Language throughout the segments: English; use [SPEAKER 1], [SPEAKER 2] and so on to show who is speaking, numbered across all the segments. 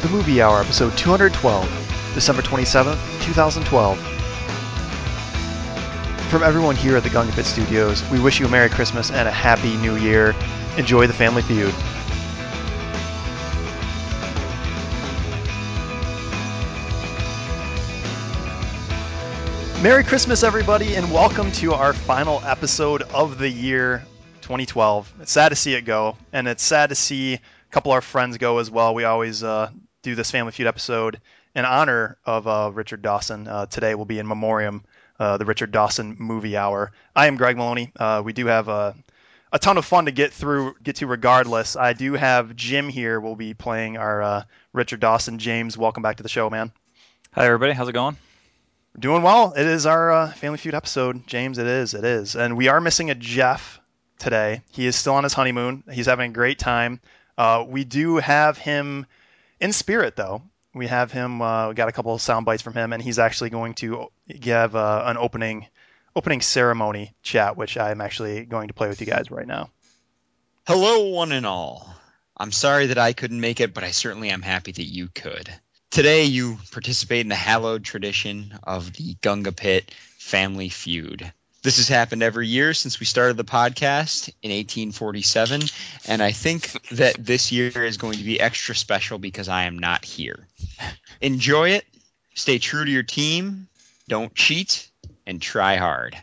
[SPEAKER 1] The Movie Hour, episode 212, December 27th, 2012. From everyone here at the Gunga Pit Studios, we wish you a Merry Christmas and a Happy New Year. Enjoy the family feud. Merry Christmas, everybody, and welcome to our final episode of the year 2012. It's sad to see it go, and it's sad to see a couple of our friends go as well. We always uh, do this Family Feud episode in honor of uh, Richard Dawson. Uh, today will be in memoriam, uh, the Richard Dawson Movie Hour. I am Greg Maloney. Uh, we do have a, a ton of fun to get through, get to regardless. I do have Jim here. We'll be playing our uh, Richard Dawson. James, welcome back to the show, man.
[SPEAKER 2] Hi everybody, how's it going?
[SPEAKER 1] Doing well. It is our uh, Family Feud episode, James. It is. It is. And we are missing a Jeff today. He is still on his honeymoon. He's having a great time. Uh, we do have him in spirit, though. We have him. Uh, we got a couple of sound bites from him, and he's actually going to give uh, an opening opening ceremony chat, which I'm actually going to play with you guys right now.
[SPEAKER 3] Hello, one and all. I'm sorry that I couldn't make it, but I certainly am happy that you could. Today, you participate in the hallowed tradition of the Gunga Pit family feud. This has happened every year since we started the podcast in 1847, and I think that this year is going to be extra special because I am not here. Enjoy it, stay true to your team, don't cheat, and try hard.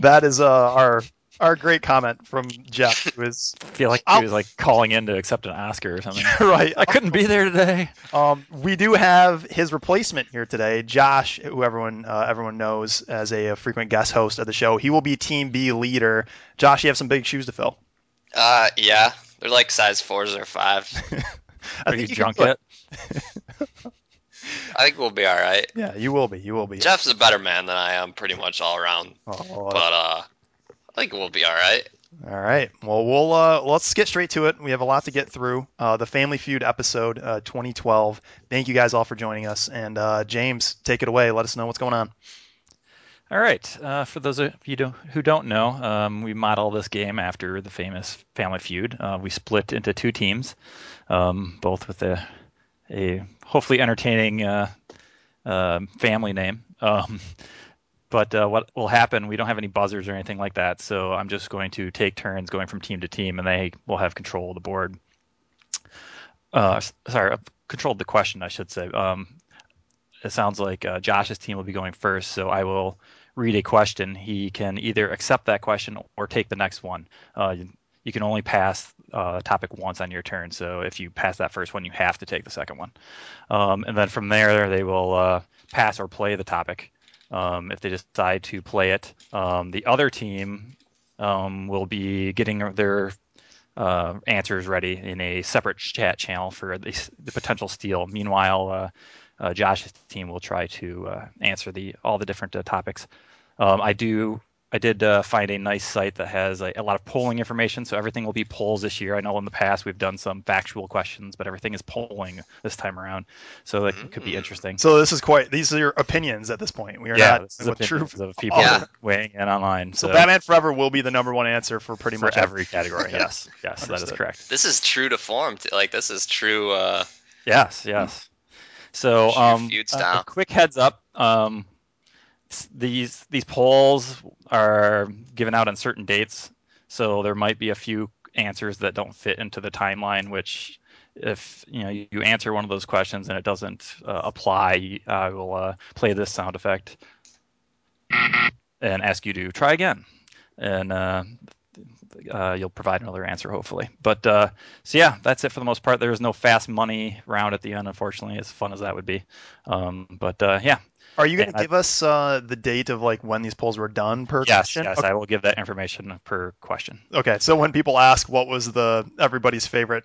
[SPEAKER 1] That is uh, our our great comment from Jeff, who is
[SPEAKER 2] I feel like
[SPEAKER 1] I'll-
[SPEAKER 2] he was like calling in to accept an Oscar or something.
[SPEAKER 1] right.
[SPEAKER 2] Oh. I couldn't be there today.
[SPEAKER 1] Um, we do have his replacement here today, Josh, who everyone uh, everyone knows as a, uh, frequent guest host of the show. He will be Team B leader. Josh, you have some big shoes to fill.
[SPEAKER 4] Uh, yeah, they're like size fours or fives.
[SPEAKER 1] I
[SPEAKER 2] Are you
[SPEAKER 1] think can
[SPEAKER 2] drunk
[SPEAKER 1] do it.
[SPEAKER 2] yet?
[SPEAKER 4] I think we'll be all right.
[SPEAKER 1] Yeah, you will be. You will be.
[SPEAKER 4] Jeff's a better man than I am, pretty much all around.
[SPEAKER 1] Oh, well,
[SPEAKER 4] But uh, I think we'll be all right.
[SPEAKER 1] All right. Well, we'll uh, let's get straight to it. We have a lot to get through. Uh, the Family Feud episode uh, 2012. Thank you guys all for joining us. And uh, James, take it away. Let us know what's going on.
[SPEAKER 2] All right. Uh, for those of you don't- who don't know, um, we model this game after the famous Family Feud. Uh, we split into two teams, um, both with a, a hopefully entertaining uh, uh, family name. Um, but uh, what will happen? We don't have any buzzers or anything like that, so I'm just going to take turns going from team to team, and they will have control of the board. Uh, s- sorry, uh, control of the question, I should say. Um, it sounds like uh, Josh's team will be going first, so I will read a question. He can either accept that question or take the next one. Uh, you, you can only pass uh, the topic once on your turn, so if you pass that first one, you have to take the second one. Um, and then from there, they will uh, pass or play the topic. Um, if they decide to play it, um, the other team um, will be getting their uh, answers ready in a separate chat channel for the, the potential steal. Meanwhile, uh, uh, Josh's team will try to uh, answer the all the different uh, topics. Um, I do. I did uh, find a nice site that has a, a lot of polling information, so everything will be polls this year. I know in the past we've done some factual questions, but everything is polling this time around, so that could be
[SPEAKER 4] Mm.
[SPEAKER 2] interesting.
[SPEAKER 1] So this is quite. These are your opinions at this point. We are
[SPEAKER 2] yeah,
[SPEAKER 1] not
[SPEAKER 2] this is
[SPEAKER 1] with true.
[SPEAKER 2] opinions of people
[SPEAKER 4] Yeah.
[SPEAKER 2] weighing in online.
[SPEAKER 1] So,
[SPEAKER 2] So,
[SPEAKER 1] Batman Forever will be the number one answer for pretty
[SPEAKER 2] for
[SPEAKER 1] much
[SPEAKER 2] every category, yes, yes, that is
[SPEAKER 1] Understood.
[SPEAKER 2] correct.
[SPEAKER 4] This is true to form. T- like this is true. Uh,
[SPEAKER 2] Yes, yes. So,
[SPEAKER 4] Shoot your
[SPEAKER 2] um,
[SPEAKER 4] feud
[SPEAKER 2] a- a
[SPEAKER 4] style.
[SPEAKER 2] quick heads up: um, s- these these polls are given out on certain dates, so there might be a few answers that don't fit into the timeline. Which, if you know, you, you answer one of those questions and it doesn't uh, apply, you- I will uh, play this sound effect and ask you to try again, and uh, uh, you'll provide another answer hopefully. But uh, so yeah, that's it for the most part. There is no fast money round at the end, unfortunately, as fun as that would be. Um, but uh, yeah,
[SPEAKER 1] Are you going to
[SPEAKER 2] Yeah, I-
[SPEAKER 1] give us uh, the date of like when these polls were done per
[SPEAKER 2] yes,
[SPEAKER 1] question?
[SPEAKER 2] yes,
[SPEAKER 1] Okay.
[SPEAKER 2] I will give that information per question.
[SPEAKER 1] Okay, so when people ask what was the everybody's favorite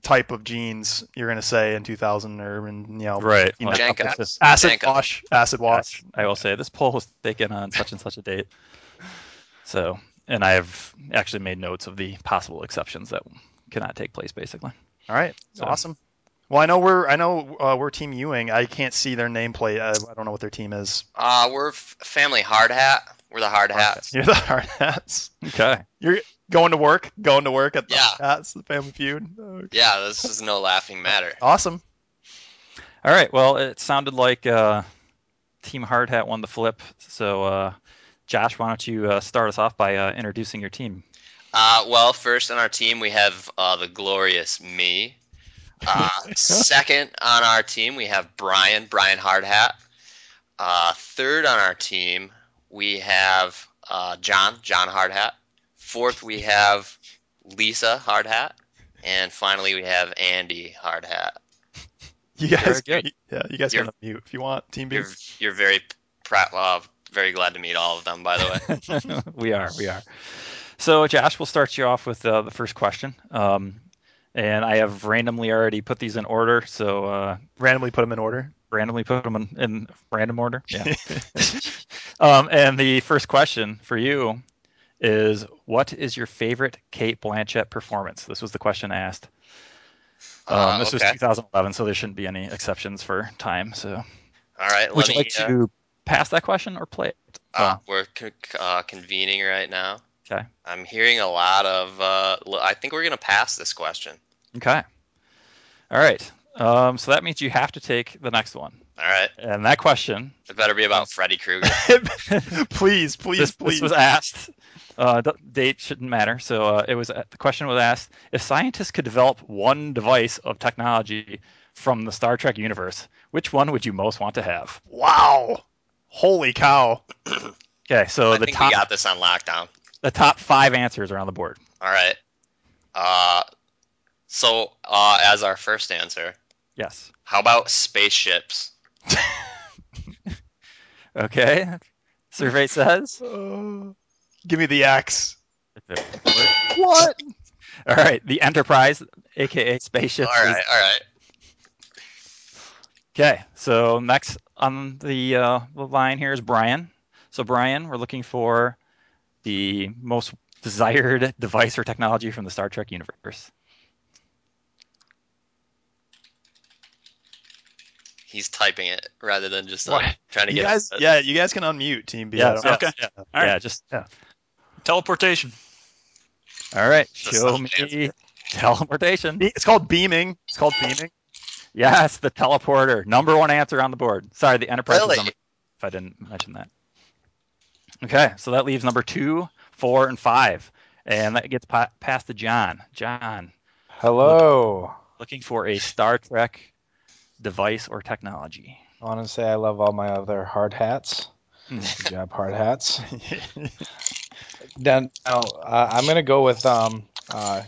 [SPEAKER 1] type of jeans, you're going to say in 2000 or in, you know
[SPEAKER 2] Right,
[SPEAKER 1] You know,
[SPEAKER 4] Jenga.
[SPEAKER 2] Yes,
[SPEAKER 1] acid
[SPEAKER 4] Jenga.
[SPEAKER 1] wash, acid wash.
[SPEAKER 2] I will say this poll was taken on such and such a date. So, and I have actually made notes of the possible exceptions that cannot take place, basically.
[SPEAKER 1] All right,
[SPEAKER 2] So-
[SPEAKER 1] awesome. Well, I know we're I know uh, we're Team Ewing. I can't see their nameplate. I, I don't know what their team is.
[SPEAKER 4] uh, we're f- family hard hat. We're the hard hats.
[SPEAKER 1] You're the hard hats.
[SPEAKER 2] Okay.
[SPEAKER 1] Going to work, going to work at the
[SPEAKER 4] Yeah.
[SPEAKER 1] hard hats, the Family Feud. Okay.
[SPEAKER 4] Yeah, this is no laughing matter.
[SPEAKER 1] Awesome.
[SPEAKER 2] All right. Well, it sounded like uh, Team Hard Hat won the flip. So, uh, Josh, why don't you uh, start us off by uh, introducing your team?
[SPEAKER 4] Uh, well, first on our team, we have uh, the glorious me. Uh, second on our team, we have Brian, Brian Hardhat. Uh, third on our team, we have uh, John, John Hardhat. Fourth, we have Lisa Hardhat. And finally, we have Andy Hardhat.
[SPEAKER 1] You guys,
[SPEAKER 2] Very good.
[SPEAKER 1] yeah, you guys
[SPEAKER 4] You're-
[SPEAKER 1] can unmute if you want. Team B.
[SPEAKER 4] You're, you're very proud, uh, very glad to meet all of them, by the way.
[SPEAKER 2] we are, we are. So, Josh, we'll start you off with uh, the first question. Um, and I have randomly already put these in order, so uh,
[SPEAKER 1] Randomly put them in order.
[SPEAKER 2] randomly put them in, in random order. Yeah. um, and the first question for you is, what is your favorite Kate Blanchett performance? This was the question asked. Um,
[SPEAKER 4] Uh,
[SPEAKER 2] this
[SPEAKER 4] okay.
[SPEAKER 2] was 2011, so there shouldn't be any exceptions for time. So,
[SPEAKER 4] All right.
[SPEAKER 2] would
[SPEAKER 4] let
[SPEAKER 2] you
[SPEAKER 4] me,
[SPEAKER 2] like
[SPEAKER 4] uh,
[SPEAKER 2] to pass that question or play it?
[SPEAKER 4] Uh, we're con- uh, convening right now.
[SPEAKER 2] Okay.
[SPEAKER 4] I'm hearing a lot of. Uh, l- I think we're gonna pass this question.
[SPEAKER 2] Okay. All right. Um, so that means you have to take the next one.
[SPEAKER 4] All right.
[SPEAKER 2] And that question,
[SPEAKER 4] It better be about Freddy Krueger.
[SPEAKER 1] please, please,
[SPEAKER 2] this,
[SPEAKER 1] please.
[SPEAKER 2] this was asked. Uh, d- date shouldn't matter. So uh, it was the question was asked: If scientists could develop one device of technology from the Star Trek universe, which one would you most want to have?
[SPEAKER 1] wow. Holy cow.
[SPEAKER 2] Okay, so
[SPEAKER 4] I
[SPEAKER 2] the
[SPEAKER 4] think
[SPEAKER 2] top
[SPEAKER 4] we got this on lockdown.
[SPEAKER 2] the top five answers are on the board.
[SPEAKER 4] All right. Uh, so uh, as our first answer,
[SPEAKER 2] Yes.
[SPEAKER 4] how about spaceships?
[SPEAKER 2] Okay. Survey says.
[SPEAKER 1] Uh, give me the axe.
[SPEAKER 2] What? All right. The Enterprise, aka
[SPEAKER 4] All
[SPEAKER 2] spaceship, is
[SPEAKER 4] right. All right.
[SPEAKER 2] Okay, so next on the uh, the line here is Brian. So Brian, we're looking for the most desired device or technology from the Star Trek universe.
[SPEAKER 4] He's typing it rather than just
[SPEAKER 3] What?
[SPEAKER 4] like, trying to
[SPEAKER 1] You
[SPEAKER 4] get.
[SPEAKER 1] guys, yeah, you guys can unmute Team B. I don't-
[SPEAKER 2] so-
[SPEAKER 3] Okay.
[SPEAKER 2] Yeah,
[SPEAKER 3] All right.
[SPEAKER 2] yeah, just
[SPEAKER 3] Teleportation.
[SPEAKER 2] all right.
[SPEAKER 4] Just
[SPEAKER 2] Show
[SPEAKER 4] the
[SPEAKER 2] me
[SPEAKER 4] answer.
[SPEAKER 2] teleportation.
[SPEAKER 1] It's called beaming. It's called beaming.
[SPEAKER 2] Yes, the teleporter. Number one answer on the board. Sorry, the Enterprise. Was
[SPEAKER 4] Really?
[SPEAKER 2] number, if I didn't mention that. Okay, so that leaves number two, four, and five, and that gets pa- passed to John. John,
[SPEAKER 5] Hello.
[SPEAKER 2] looking for a Star Trek device or technology.
[SPEAKER 5] I want to say I love all my other hard hats.
[SPEAKER 2] Hmm.
[SPEAKER 5] Good job, hard hats. Then now, uh, I'm gonna go with um. Uh,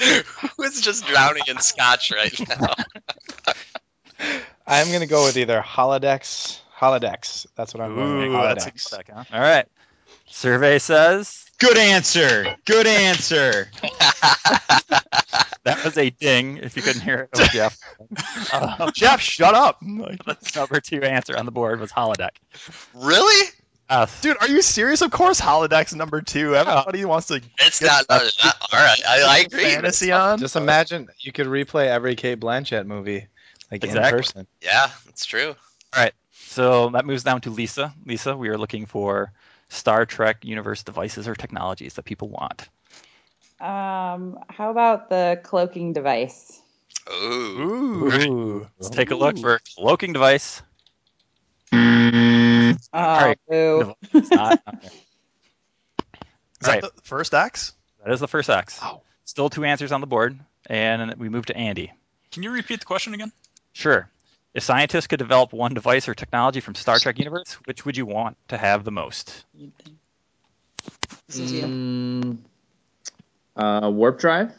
[SPEAKER 4] Who's just drowning in scotch right now?
[SPEAKER 5] I'm gonna go with either holodecks. Holodecks. That's what I'm going
[SPEAKER 1] Ooh,
[SPEAKER 5] with.
[SPEAKER 1] that's
[SPEAKER 5] Holodecks.
[SPEAKER 2] Back on. All right. Survey says
[SPEAKER 3] Good answer. Good answer.
[SPEAKER 2] that was a ding. If you couldn't hear it, it was Jeff. Uh,
[SPEAKER 1] Jeff, shut up. Like,
[SPEAKER 2] number two answer on the board was holodeck.
[SPEAKER 4] really?
[SPEAKER 2] Uh,
[SPEAKER 1] dude, are you serious? Of course, holodeck's number two. Everybody wants to
[SPEAKER 4] It's not. Uh, all right. I, I agree.
[SPEAKER 1] fantasy on.
[SPEAKER 5] Just imagine you could replay every Kate Blanchett movie, like
[SPEAKER 2] Exactly.
[SPEAKER 5] in person.
[SPEAKER 4] Yeah, it's true.
[SPEAKER 2] so that moves down to Lisa. Lisa, we are looking for Star Trek universe devices or technologies that people want.
[SPEAKER 6] Um, how about the cloaking device?
[SPEAKER 4] Ooh.
[SPEAKER 1] Ooh.
[SPEAKER 2] Let's take a look for cloaking device.
[SPEAKER 6] Oh,
[SPEAKER 2] right.
[SPEAKER 6] boo.
[SPEAKER 2] No, It's not on there.
[SPEAKER 1] Is that
[SPEAKER 2] Right.
[SPEAKER 1] the first axe?
[SPEAKER 2] that is the first X. Still two answers on the board, and we move to Andy.
[SPEAKER 7] Can you repeat the question again?
[SPEAKER 2] Sure. If scientists could develop one device or technology from Star Trek universe, which would you want to have the most?
[SPEAKER 6] This is
[SPEAKER 3] Mm.
[SPEAKER 6] you.
[SPEAKER 8] uh, warp drive.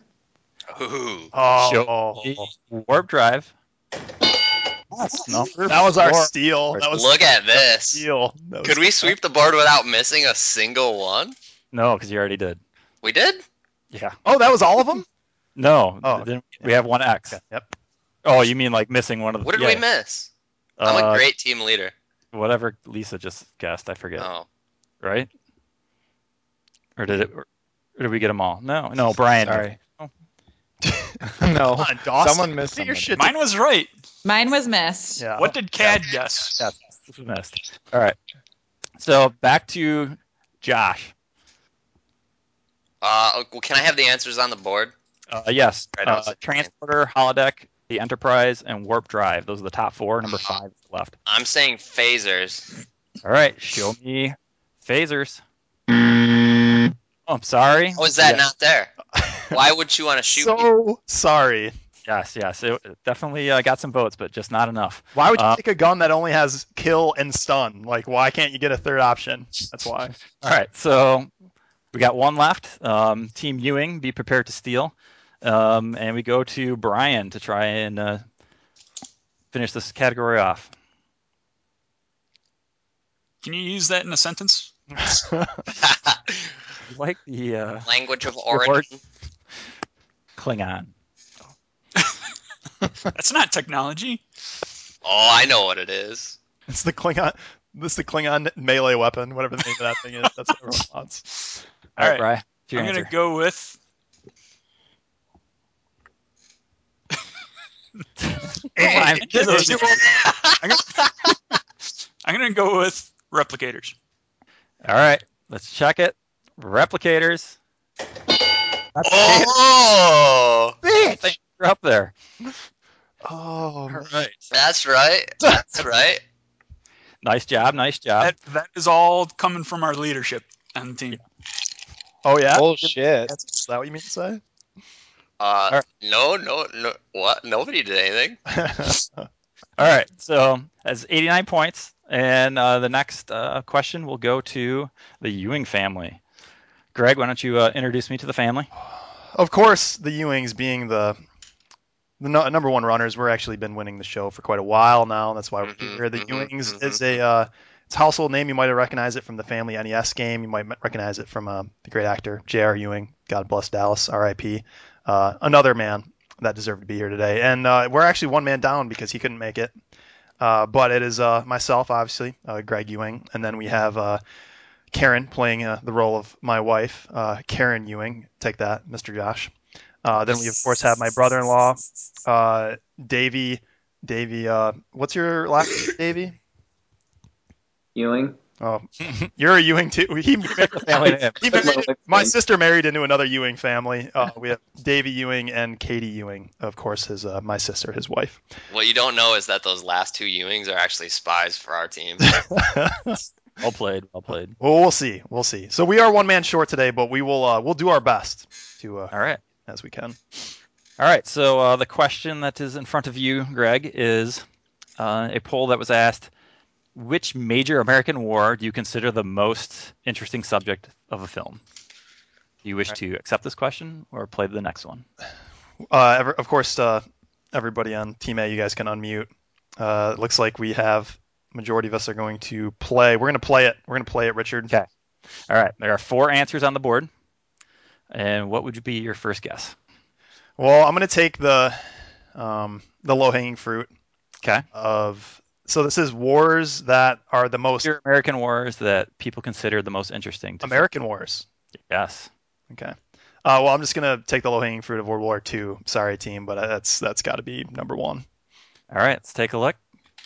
[SPEAKER 4] Ooh.
[SPEAKER 1] Oh,
[SPEAKER 2] Warp drive. That's number
[SPEAKER 1] that was our
[SPEAKER 2] four.
[SPEAKER 1] steal. That was
[SPEAKER 4] Look at this.
[SPEAKER 1] steal. That was-
[SPEAKER 4] Could we sweep the board without missing a single one?
[SPEAKER 2] No, because you already did.
[SPEAKER 4] We did?
[SPEAKER 2] Yeah.
[SPEAKER 1] Oh, that was all of them.
[SPEAKER 2] No.
[SPEAKER 1] Oh,
[SPEAKER 2] then we have one X.
[SPEAKER 1] Yep.
[SPEAKER 2] Oh, you mean like missing one of the?
[SPEAKER 4] What did
[SPEAKER 2] yeah,
[SPEAKER 4] we miss? I'm
[SPEAKER 2] uh,
[SPEAKER 4] a great team leader.
[SPEAKER 2] Whatever Lisa just guessed, I forget.
[SPEAKER 4] Oh.
[SPEAKER 2] Right? Or did it? Or did we get them all? No, no. Brian.
[SPEAKER 5] Sorry.
[SPEAKER 2] Oh.
[SPEAKER 1] Come
[SPEAKER 5] no.
[SPEAKER 1] on, Dawson.
[SPEAKER 5] Someone missed
[SPEAKER 1] Get your
[SPEAKER 5] somebody.
[SPEAKER 1] shit.
[SPEAKER 7] Mine was right.
[SPEAKER 6] Mine was missed.
[SPEAKER 1] Yeah.
[SPEAKER 7] What did Cad guess?
[SPEAKER 2] Yes, this was missed. All right. So back to Josh.
[SPEAKER 4] Uh, oh, well, can I have the answers on the board?
[SPEAKER 2] Uh, yes.
[SPEAKER 4] Right
[SPEAKER 2] uh,
[SPEAKER 4] outside.
[SPEAKER 2] transporter, holodeck, the Enterprise, and Warp Drive. Those are the top four. Number five is left.
[SPEAKER 4] I'm saying phasers.
[SPEAKER 2] All right, show me phasers. Oh, I'm sorry.
[SPEAKER 4] How is that
[SPEAKER 2] Yes.
[SPEAKER 4] not there? Why would you want to shoot? me?
[SPEAKER 1] so sorry.
[SPEAKER 2] Yes, yes. It it definitely uh, got some votes, but just not enough.
[SPEAKER 1] Why would you
[SPEAKER 2] Uh,
[SPEAKER 1] take a gun that only has kill and stun? Like, why can't you get a third option? That's why.
[SPEAKER 2] All right, so we got one left. Um, Team Ewing, be prepared to steal. Um, and we go to Brian to try and uh, finish this category off.
[SPEAKER 7] Can you use that in a sentence?
[SPEAKER 2] You like the uh,
[SPEAKER 4] Language of
[SPEAKER 2] word.
[SPEAKER 4] origin.
[SPEAKER 2] Klingon.
[SPEAKER 7] That's not technology.
[SPEAKER 4] Oh, I know what it is.
[SPEAKER 1] It's the Klingon. This the Klingon melee weapon, whatever the name of that thing is. That's what everyone wants.
[SPEAKER 2] All
[SPEAKER 7] All
[SPEAKER 2] right,
[SPEAKER 7] right.
[SPEAKER 2] Brian. it's your
[SPEAKER 7] I'm
[SPEAKER 2] answer.
[SPEAKER 7] gonna go with
[SPEAKER 2] Brian,
[SPEAKER 7] Get those- I'm gonna, I'm gonna go with replicators.
[SPEAKER 2] All right, let's check it. Replicators.
[SPEAKER 4] Oh,
[SPEAKER 2] Bitch! You're up there.
[SPEAKER 1] Oh, man.
[SPEAKER 4] that's right. That's right.
[SPEAKER 2] Nice job, nice job.
[SPEAKER 7] That that is all coming from our leadership on the team.
[SPEAKER 1] oh yeah.
[SPEAKER 5] Bullshit.
[SPEAKER 1] Is that what you mean to say?
[SPEAKER 4] Uh, no, no, no. What? Nobody did anything.
[SPEAKER 2] All right, so that's 89 points. And uh, the next uh, question will go to the Ewing family. Greg, why don't you uh, introduce me to the family?
[SPEAKER 1] of course, the Ewings being the the no, number one runners, we're actually been winning the show for quite a while now. That's why we're
[SPEAKER 4] Mhm,
[SPEAKER 1] here. The
[SPEAKER 4] mhm,
[SPEAKER 1] Ewings
[SPEAKER 4] mhm.
[SPEAKER 1] is a uh, it's a household name. You might recognize it from the family NES game. You might recognize it from uh, the great actor J.R. Ewing. God bless Dallas, R.I.P. Uh, another man that deserved to be here today. And uh, we're actually one man down because he couldn't make it. Uh, but it is uh, myself, obviously, uh, Greg Ewing, and then we have uh, Karen playing uh, the role of my wife, uh, Karen Ewing. Take that, Mr. Josh. Uh, then we of course have my brother-in-law, uh, Davy. Davy, uh, what's your last name, Davy?
[SPEAKER 8] Ewing.
[SPEAKER 1] Oh, you're a Ewing too. He married,
[SPEAKER 2] Family name.
[SPEAKER 1] he married- my sister married into another Ewing family. Uh, we have Davy Ewing and Katie Ewing, of course, his uh, my sister, his wife.
[SPEAKER 4] What you don't know is that those last two Ewings are actually spies for our team.
[SPEAKER 2] Well played, well played.
[SPEAKER 1] Well, we'll see. We'll see. So we are one man short today, but we will uh, we'll do our best to uh,
[SPEAKER 2] All right.
[SPEAKER 1] as we can.
[SPEAKER 2] All right, so uh, the question that is in front of you, Greg, is uh, a poll that was asked Which major American war do you consider the most interesting subject of a film? Do you wish to accept this question or play the next one?
[SPEAKER 1] Uh, ever, of course, uh, everybody on Team A, you guys can unmute. Uh, it looks like we have majority of us are going to play. We're going to play it. We're going to play it, Richard.
[SPEAKER 2] Okay. All right, there are four answers on the board. And what would be your first guess?
[SPEAKER 1] Well, I'm going to take the um, the low hanging fruit
[SPEAKER 2] Okay.
[SPEAKER 1] of. So this is wars that are the most
[SPEAKER 2] Major American wars that people consider the most interesting. To
[SPEAKER 1] American wars.
[SPEAKER 2] Yes.
[SPEAKER 1] Okay. Uh, well, I'm just going to take the low hanging fruit of World War II. Sorry, team, but that's that's got to be number one.
[SPEAKER 2] All right, let's take a look.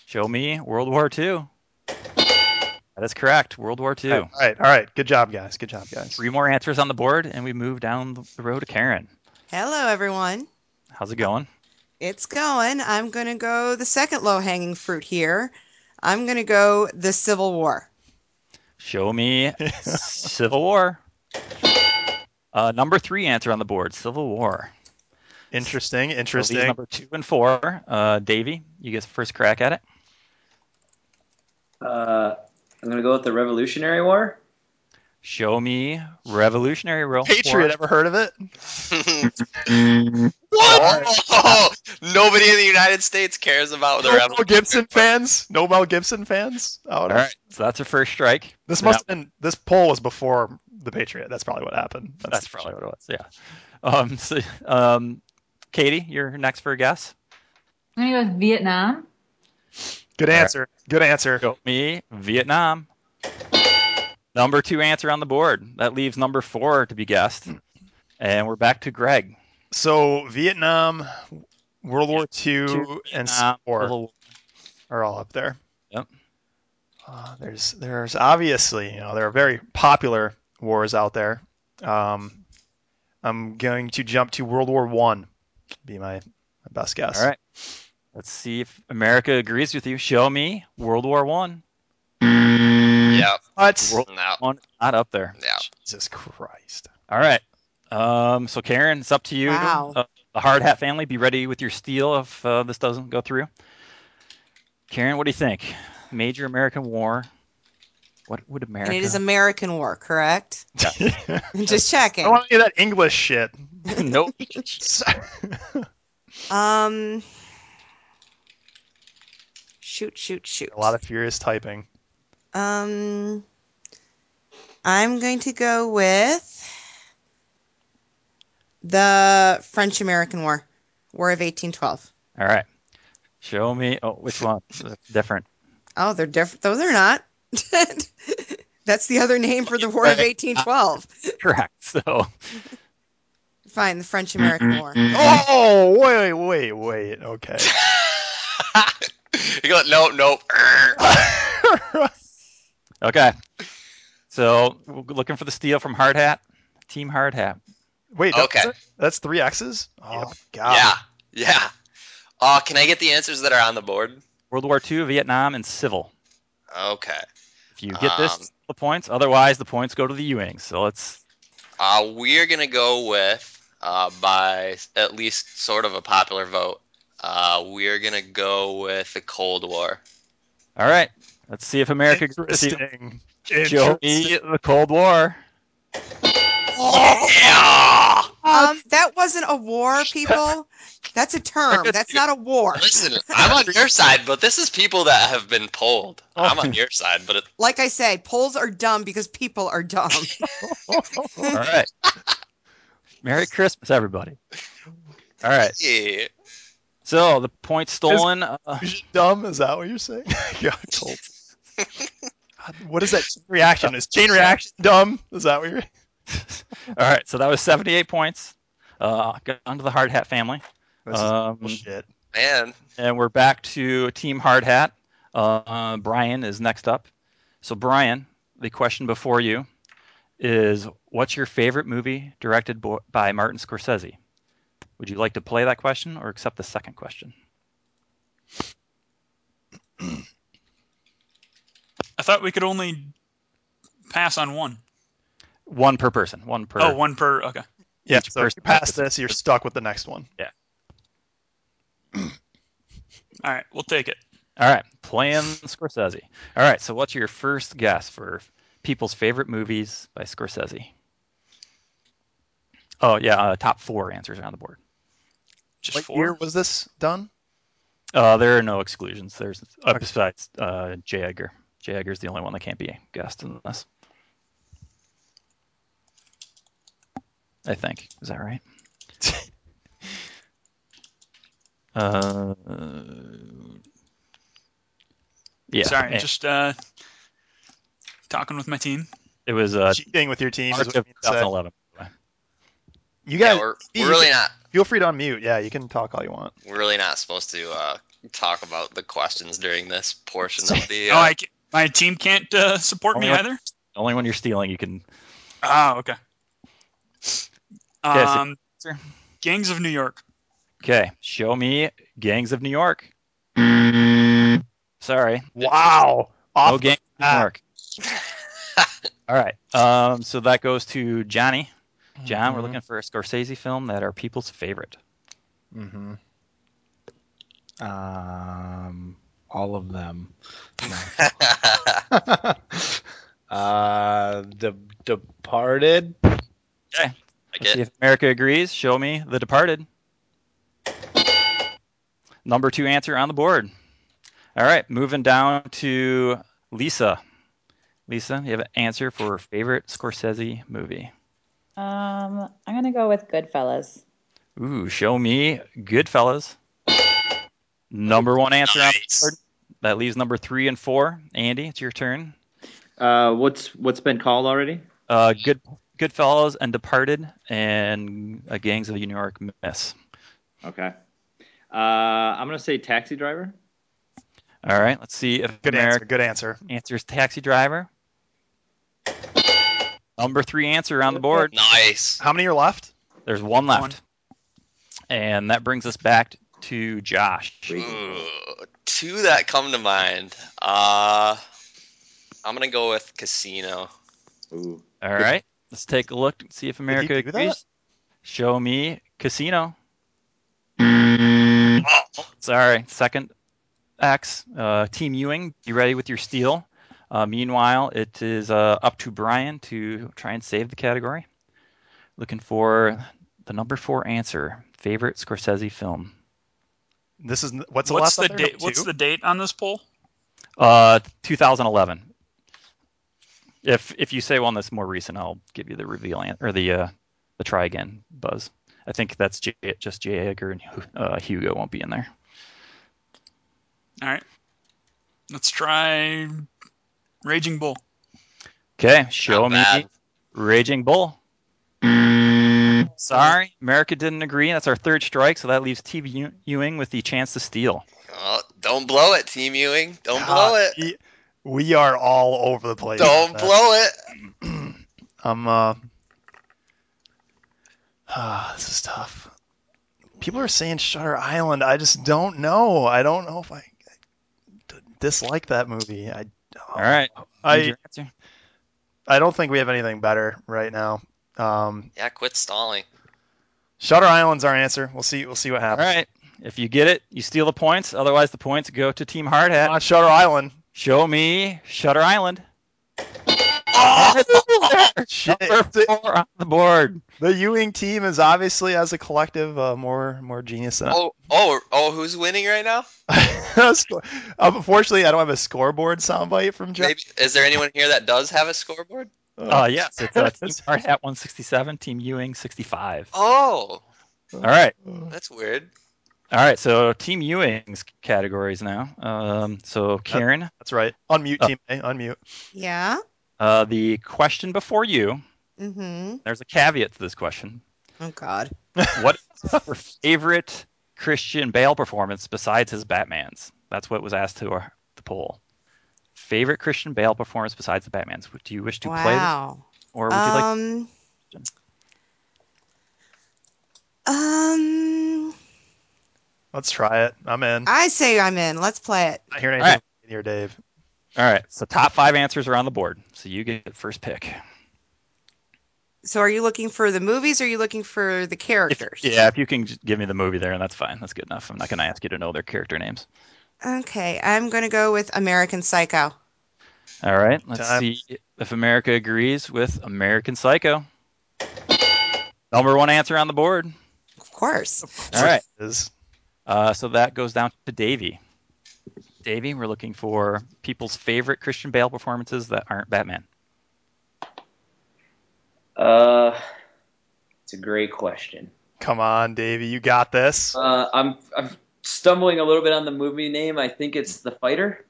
[SPEAKER 2] Show me World War II. That is correct. World War II.
[SPEAKER 1] All right. All right. Good job, guys. Good job, guys.
[SPEAKER 2] Three more answers on the board, and we move down the road to Karen.
[SPEAKER 9] Hello, everyone.
[SPEAKER 2] How's it going?
[SPEAKER 9] It's going. I'm going to go the second low hanging fruit here. I'm going to go the Civil War.
[SPEAKER 2] Show me Civil War. Uh, number three answer on the board Civil War.
[SPEAKER 1] Interesting.
[SPEAKER 2] So these
[SPEAKER 1] Interesting.
[SPEAKER 2] Number two and four. Uh, Davey, you get the first crack at it.
[SPEAKER 8] Uh, I'm gonna go with the Revolutionary War.
[SPEAKER 2] Show me Revolutionary War.
[SPEAKER 1] Patriot. Ever heard of it?
[SPEAKER 4] what? Oh, nobody in the United States cares about the
[SPEAKER 1] No Mel
[SPEAKER 4] revolution.
[SPEAKER 1] Gibson fans? No Mel Gibson fans? Oh,
[SPEAKER 2] All
[SPEAKER 1] no.
[SPEAKER 2] right, so that's your first strike.
[SPEAKER 1] This
[SPEAKER 2] Yeah.
[SPEAKER 1] must have been this poll was before the Patriot. That's probably what happened.
[SPEAKER 2] That's probably what it was. Yeah. Um, so, um, Katie, you're next for a guess.
[SPEAKER 10] I'm gonna go with Vietnam.
[SPEAKER 1] good answer. Good answer.
[SPEAKER 2] Go me, Vietnam. Number two answer on the board. That leaves number four to be guessed. And we're back to Greg.
[SPEAKER 1] So Vietnam, World War II,
[SPEAKER 2] Two,
[SPEAKER 1] and
[SPEAKER 2] Vietnam,
[SPEAKER 1] War
[SPEAKER 2] Civil-
[SPEAKER 1] are all up there.
[SPEAKER 2] Yep.
[SPEAKER 1] Uh, there's there's obviously you know there are very popular wars out there. Um, I'm going to jump to World War One. Be my My best guess.
[SPEAKER 2] All right. Let's see if America agrees with you. Show me World War One.
[SPEAKER 4] Yep.
[SPEAKER 1] What?
[SPEAKER 2] World
[SPEAKER 4] No.
[SPEAKER 2] War One is not up there.
[SPEAKER 4] No.
[SPEAKER 1] Jesus Christ.
[SPEAKER 2] All right. Um, so Karen, it's up to you.
[SPEAKER 9] Wow.
[SPEAKER 2] Uh, the hard hat family, be ready with your steel if uh, this doesn't go through. Karen, what do you think? Major American War. What would America?
[SPEAKER 9] And it is American War, correct? Just
[SPEAKER 1] I
[SPEAKER 9] checking.
[SPEAKER 1] don't want to hear that English shit.
[SPEAKER 2] nope.
[SPEAKER 9] Um, shoot, shoot, shoot.
[SPEAKER 1] A lot of furious typing.
[SPEAKER 9] Um, I'm going to go with the French American War, War of 1812.
[SPEAKER 2] All right. Show me. Oh, which one? Different.
[SPEAKER 9] Oh, they're different. Those are not. That's the other name for the War of 1812.
[SPEAKER 2] Correct. So
[SPEAKER 9] Fine, the French American War.
[SPEAKER 1] Oh, wait, wait, wait. Okay.
[SPEAKER 4] You go, nope, nope.
[SPEAKER 2] okay. So we're looking for the steel from Hard Hat, Team Hard Hat.
[SPEAKER 1] Wait. That's
[SPEAKER 4] Okay.
[SPEAKER 1] it? That's three X's. Oh God.
[SPEAKER 4] yeah. Yeah. Uh, can I get the answers that are on the board?
[SPEAKER 2] World War II, Vietnam, and Civil.
[SPEAKER 4] Okay.
[SPEAKER 2] If you get this,
[SPEAKER 4] Um,
[SPEAKER 2] it's the points. Otherwise, the points go to the Ewings. So let's.
[SPEAKER 4] Uh, we're going to go with, uh, by at least sort of a popular vote, uh, we're going to go with the Cold War.
[SPEAKER 2] All right. Let's see if America. agrees with you.
[SPEAKER 1] Interesting.
[SPEAKER 2] Show
[SPEAKER 1] Interesting.
[SPEAKER 2] me the Cold War.
[SPEAKER 4] Yeah!
[SPEAKER 9] Um, that wasn't a war, people. That's a term.
[SPEAKER 4] America-
[SPEAKER 9] That's not a war.
[SPEAKER 4] Listen, I'm on your side, but this is people that have been polled. I'm
[SPEAKER 1] Oh.
[SPEAKER 4] on your side, but it,
[SPEAKER 9] Like I say, polls are dumb because people are dumb.
[SPEAKER 2] All right. Merry Christmas, everybody. All right.
[SPEAKER 4] yeah.
[SPEAKER 2] So the points stolen. Uh,
[SPEAKER 1] Dumb? Is that what you're saying? yeah. I told. God, what is that chain reaction? Is chain reaction dumb? Is that what you're?
[SPEAKER 2] all right. So that was 78 points. Uh, got onto the Hard Hat family.
[SPEAKER 1] This is
[SPEAKER 2] Um,
[SPEAKER 1] bullshit.
[SPEAKER 4] man,
[SPEAKER 2] And we're back to Team Hard Hat. Uh, uh, Brian is next up. So, Brian, the question before you is what's your favorite movie directed bo- by Martin Scorsese? Would you like to play that question or accept the second question?
[SPEAKER 7] I thought we could only pass on one.
[SPEAKER 2] One per person. One per.
[SPEAKER 7] Oh, one per. Okay.
[SPEAKER 1] Yeah.
[SPEAKER 2] each
[SPEAKER 1] So if
[SPEAKER 2] person
[SPEAKER 1] you pass
[SPEAKER 2] has-
[SPEAKER 1] this, you're stuck with the next one.
[SPEAKER 7] All right. We'll take it.
[SPEAKER 2] All right. Playing Scorsese. All right. So, what's your first guess for people's favorite movies by Scorsese? Oh, yeah. Uh, top four answers are on the board.
[SPEAKER 7] Just
[SPEAKER 1] What
[SPEAKER 7] four.
[SPEAKER 1] year was this done?
[SPEAKER 2] Uh, there are no exclusions. There's uh, besides uh, J. Edgar. J. Edgar's the only one that can't be guessed in this. I think. Is that right? uh, yeah.
[SPEAKER 7] Sorry,
[SPEAKER 2] it-
[SPEAKER 7] just uh, talking with my team.
[SPEAKER 2] it was uh,
[SPEAKER 1] Cheating with your team. Is
[SPEAKER 2] March
[SPEAKER 1] what
[SPEAKER 2] of
[SPEAKER 1] you, mean to
[SPEAKER 2] 2011.
[SPEAKER 1] say. you
[SPEAKER 4] yeah,
[SPEAKER 1] guys
[SPEAKER 4] we're,
[SPEAKER 1] you
[SPEAKER 4] we're really
[SPEAKER 1] can-
[SPEAKER 4] not
[SPEAKER 1] feel free to unmute. Yeah, you can talk all you want.
[SPEAKER 4] we're really not supposed to uh, talk about the questions during this portion of the. Uh,
[SPEAKER 7] Oh, I ca- my team can't uh, support me
[SPEAKER 2] Only one-
[SPEAKER 7] either.
[SPEAKER 2] Only when you're stealing, you can.
[SPEAKER 7] Oh, okay.
[SPEAKER 2] Yes, it-
[SPEAKER 7] Um, Gangs of New York.
[SPEAKER 2] Okay, show me Gangs of New York. Sorry,
[SPEAKER 1] Wow. Off
[SPEAKER 2] no
[SPEAKER 1] the
[SPEAKER 2] Gangs of New
[SPEAKER 1] bat.
[SPEAKER 2] York. All right. Um, so that goes to Johnny. John, we're looking for a Scorsese film that are people's favorite.
[SPEAKER 5] Mm-hmm. Um, all of them. uh, the Departed.
[SPEAKER 4] I
[SPEAKER 2] Let's see
[SPEAKER 4] get
[SPEAKER 2] if America agrees. Show me The Departed. Number two answer on the board. All right, moving down to Lisa. Lisa, you have an answer for favorite Scorsese movie.
[SPEAKER 6] Um, I'm gonna go with Goodfellas.
[SPEAKER 2] Ooh, show me Goodfellas. Number one answer on the
[SPEAKER 4] Nice.
[SPEAKER 2] board. That leaves number three and four. Andy, it's your turn.
[SPEAKER 8] Uh, what's what's been called already?
[SPEAKER 2] Uh, Good Goodfellas and Departed and uh, Gangs of New York Miss.
[SPEAKER 8] Okay. Uh, I'm gonna say Taxi Driver.
[SPEAKER 2] All right, let's see if
[SPEAKER 1] Good
[SPEAKER 2] America
[SPEAKER 1] answer. Good answer.
[SPEAKER 2] answers Taxi Driver. Number three answer on the board.
[SPEAKER 4] nice.
[SPEAKER 1] How many are left?
[SPEAKER 2] There's one left.
[SPEAKER 7] One.
[SPEAKER 2] And that brings us back to Josh.
[SPEAKER 4] Ooh, two that come to mind. Uh, I'm gonna go with Casino.
[SPEAKER 8] Ooh.
[SPEAKER 2] All right, let's take a look and see if America
[SPEAKER 1] do that?
[SPEAKER 2] agrees. Show me Casino.
[SPEAKER 3] Mm,
[SPEAKER 2] Sorry, second X. Uh, Team Ewing, be ready with your steal. Uh, meanwhile, it is uh, up to Brian to try and save the category. Looking for the number four answer. Favorite Scorsese film?
[SPEAKER 1] This is n- what's the
[SPEAKER 7] what's
[SPEAKER 1] last
[SPEAKER 7] the
[SPEAKER 1] up there?
[SPEAKER 7] date? What's
[SPEAKER 1] Two?
[SPEAKER 7] the date on this poll?
[SPEAKER 2] Uh, 2011. If if you say one that's more recent, I'll give you the reveal an- or the uh, the try again buzz. I think that's J, just J. Edgar and Hu- uh, Hugo won't be in there.
[SPEAKER 7] All right. Let's try Raging Bull.
[SPEAKER 2] Okay, show
[SPEAKER 4] Not
[SPEAKER 2] me
[SPEAKER 4] bad.
[SPEAKER 2] Raging Bull.
[SPEAKER 3] mm,
[SPEAKER 2] Sorry, America didn't agree. That's our third strike, so that leaves TV Ew- Ewing with the chance to steal.
[SPEAKER 4] Oh, don't blow it, Team Ewing. Don't
[SPEAKER 1] God,
[SPEAKER 4] blow it.
[SPEAKER 1] he- Ah, we are all over the place.
[SPEAKER 4] Don't
[SPEAKER 1] with that.
[SPEAKER 4] blow it.
[SPEAKER 1] I'm uh ah, this is tough. People are saying Shutter Island. I just don't know. I don't know if I, I dislike that movie. I
[SPEAKER 2] All right,
[SPEAKER 1] I
[SPEAKER 2] Need your answer.
[SPEAKER 1] I don't think we have anything better right now. Um,
[SPEAKER 4] Yeah, quit stalling.
[SPEAKER 1] Shutter Island's our answer. We'll see. We'll see what
[SPEAKER 2] All
[SPEAKER 1] happens.
[SPEAKER 2] right, if you get it, you steal the points. Otherwise, the points go to Team Hard Hat.
[SPEAKER 1] Come on, Shutter Island.
[SPEAKER 2] Show me Shutter Island. And it's all there.
[SPEAKER 1] Shit.
[SPEAKER 2] Number four on the board.
[SPEAKER 1] The Ewing team is obviously, as a collective, uh, more more genius than
[SPEAKER 4] Oh, oh, oh! Who's winning right now?
[SPEAKER 1] us. Unfortunately, I don't have a scoreboard soundbite from Jeff.
[SPEAKER 4] Maybe is there anyone here that does have a scoreboard?
[SPEAKER 1] Oh.
[SPEAKER 2] Uh, yes, it's uh, Team Hard Hat 167, Team Ewing 65.
[SPEAKER 4] Oh,
[SPEAKER 2] All right,
[SPEAKER 4] that's weird.
[SPEAKER 2] all right. So Team Ewing's categories now. Um, so Karen,
[SPEAKER 1] That's right. Unmute,
[SPEAKER 2] Oh.
[SPEAKER 1] team A. Unmute.
[SPEAKER 9] Yeah.
[SPEAKER 2] uh, the question before you.
[SPEAKER 9] Mm-hmm.
[SPEAKER 2] There's a caveat to this question.
[SPEAKER 9] Oh God.
[SPEAKER 2] What is your favorite Christian Bale performance besides his Batman's? That's what was asked to our, the poll. Favorite Christian Bale performance besides the Batman's? Do you wish to play this,
[SPEAKER 9] wow.
[SPEAKER 2] or would you like?
[SPEAKER 9] Um. Um.
[SPEAKER 1] Let's try it. I'm in.
[SPEAKER 9] I say I'm in. Let's play it.
[SPEAKER 1] not hearing
[SPEAKER 2] All right.
[SPEAKER 1] anything from here, Dave.
[SPEAKER 2] All right. So top five answers are on the board. So you get the first pick.
[SPEAKER 9] So, are you looking for the movies? Or are you looking for the
[SPEAKER 2] If-
[SPEAKER 9] characters?
[SPEAKER 2] yeah, if you can just give me the movie there, and that's fine. That's good enough. I'm not going to ask you to know their character names.
[SPEAKER 9] Okay, I'm gonna go with American Psycho.
[SPEAKER 2] All right. Let's
[SPEAKER 1] Time.
[SPEAKER 2] see if America agrees with American Psycho. Number one answer on the board.
[SPEAKER 9] Of course.
[SPEAKER 2] All right.
[SPEAKER 1] Is
[SPEAKER 2] Uh, so that goes down to Davey. Davey, we're looking for people's favorite Christian Bale performances that aren't Batman.
[SPEAKER 8] Uh, it's a great question.
[SPEAKER 1] come on, Davey, you got this.
[SPEAKER 8] Uh, I'm I'm stumbling a little bit on the movie name. I think it's The Fighter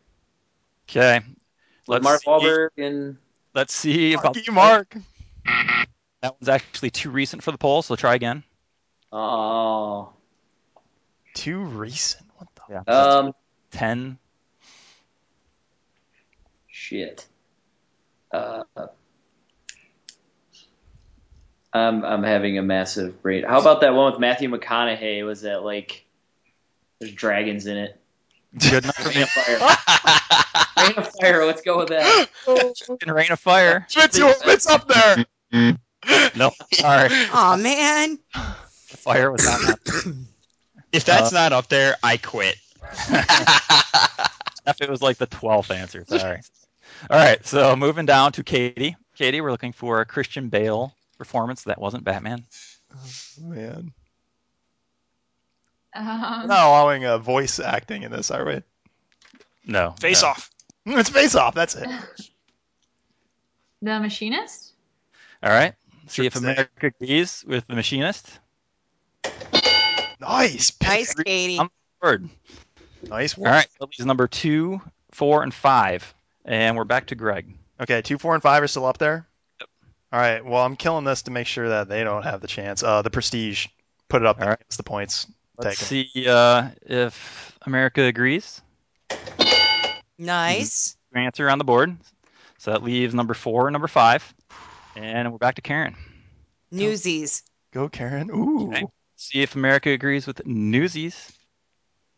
[SPEAKER 2] Okay.
[SPEAKER 8] with
[SPEAKER 2] Let's
[SPEAKER 8] Mark
[SPEAKER 2] see.
[SPEAKER 8] Wahlberg and
[SPEAKER 2] Let's see if
[SPEAKER 1] Marky Mark.
[SPEAKER 2] that one's actually too recent for the poll, so try again.
[SPEAKER 8] oh
[SPEAKER 1] Too recent. What the?
[SPEAKER 2] Yeah.
[SPEAKER 8] um
[SPEAKER 2] 10.
[SPEAKER 8] shit. Uh, I'm I'm having a massive brain. How about that one with Matthew McConaughey? Was that like there's dragons in it?
[SPEAKER 2] Good enough for
[SPEAKER 8] Rain
[SPEAKER 2] me.
[SPEAKER 8] of fire. Rain of fire. Let's go with that.
[SPEAKER 2] In Rain of Fire.
[SPEAKER 1] It's, it's up there.
[SPEAKER 3] mm.
[SPEAKER 2] No, sorry.
[SPEAKER 9] Oh man.
[SPEAKER 2] The fire was not up.
[SPEAKER 3] If that's
[SPEAKER 2] uh,
[SPEAKER 3] not up there, I quit.
[SPEAKER 2] If It was like the 12th answer. Sorry. All right. So moving down to Katie. Katie, we're looking for a Christian Bale performance that wasn't Batman.
[SPEAKER 1] Man, we're
[SPEAKER 10] Um,
[SPEAKER 1] not allowing uh, voice acting in this, are we?
[SPEAKER 2] No.
[SPEAKER 7] Face
[SPEAKER 2] no.
[SPEAKER 7] off.
[SPEAKER 1] Mm, It's face off. That's it.
[SPEAKER 10] The Machinist?
[SPEAKER 2] All right. See
[SPEAKER 1] Sure
[SPEAKER 2] if
[SPEAKER 1] thing.
[SPEAKER 2] America agrees with the machinist.
[SPEAKER 1] Nice. pick.
[SPEAKER 9] Nice, Katie.
[SPEAKER 2] I'm- Word.
[SPEAKER 1] Nice
[SPEAKER 2] All
[SPEAKER 1] work.
[SPEAKER 2] right. So these number two, four, and five. And we're back to Greg.
[SPEAKER 1] Okay, two, four, and five are still up there. All right. Well, I'm killing this to make sure that they don't have the chance. Uh, the Prestige, put it up.
[SPEAKER 2] All right.
[SPEAKER 1] It's the points.
[SPEAKER 2] Let's
[SPEAKER 1] Take 'em.
[SPEAKER 2] see uh, if America agrees.
[SPEAKER 9] Nice.
[SPEAKER 2] Your Answer on the board. So that leaves number four and number five. And we're back to Karen. Mm-hmm.
[SPEAKER 9] Newsies.
[SPEAKER 1] Go, Karen. Ooh.
[SPEAKER 2] Okay. See if America agrees with Newsies.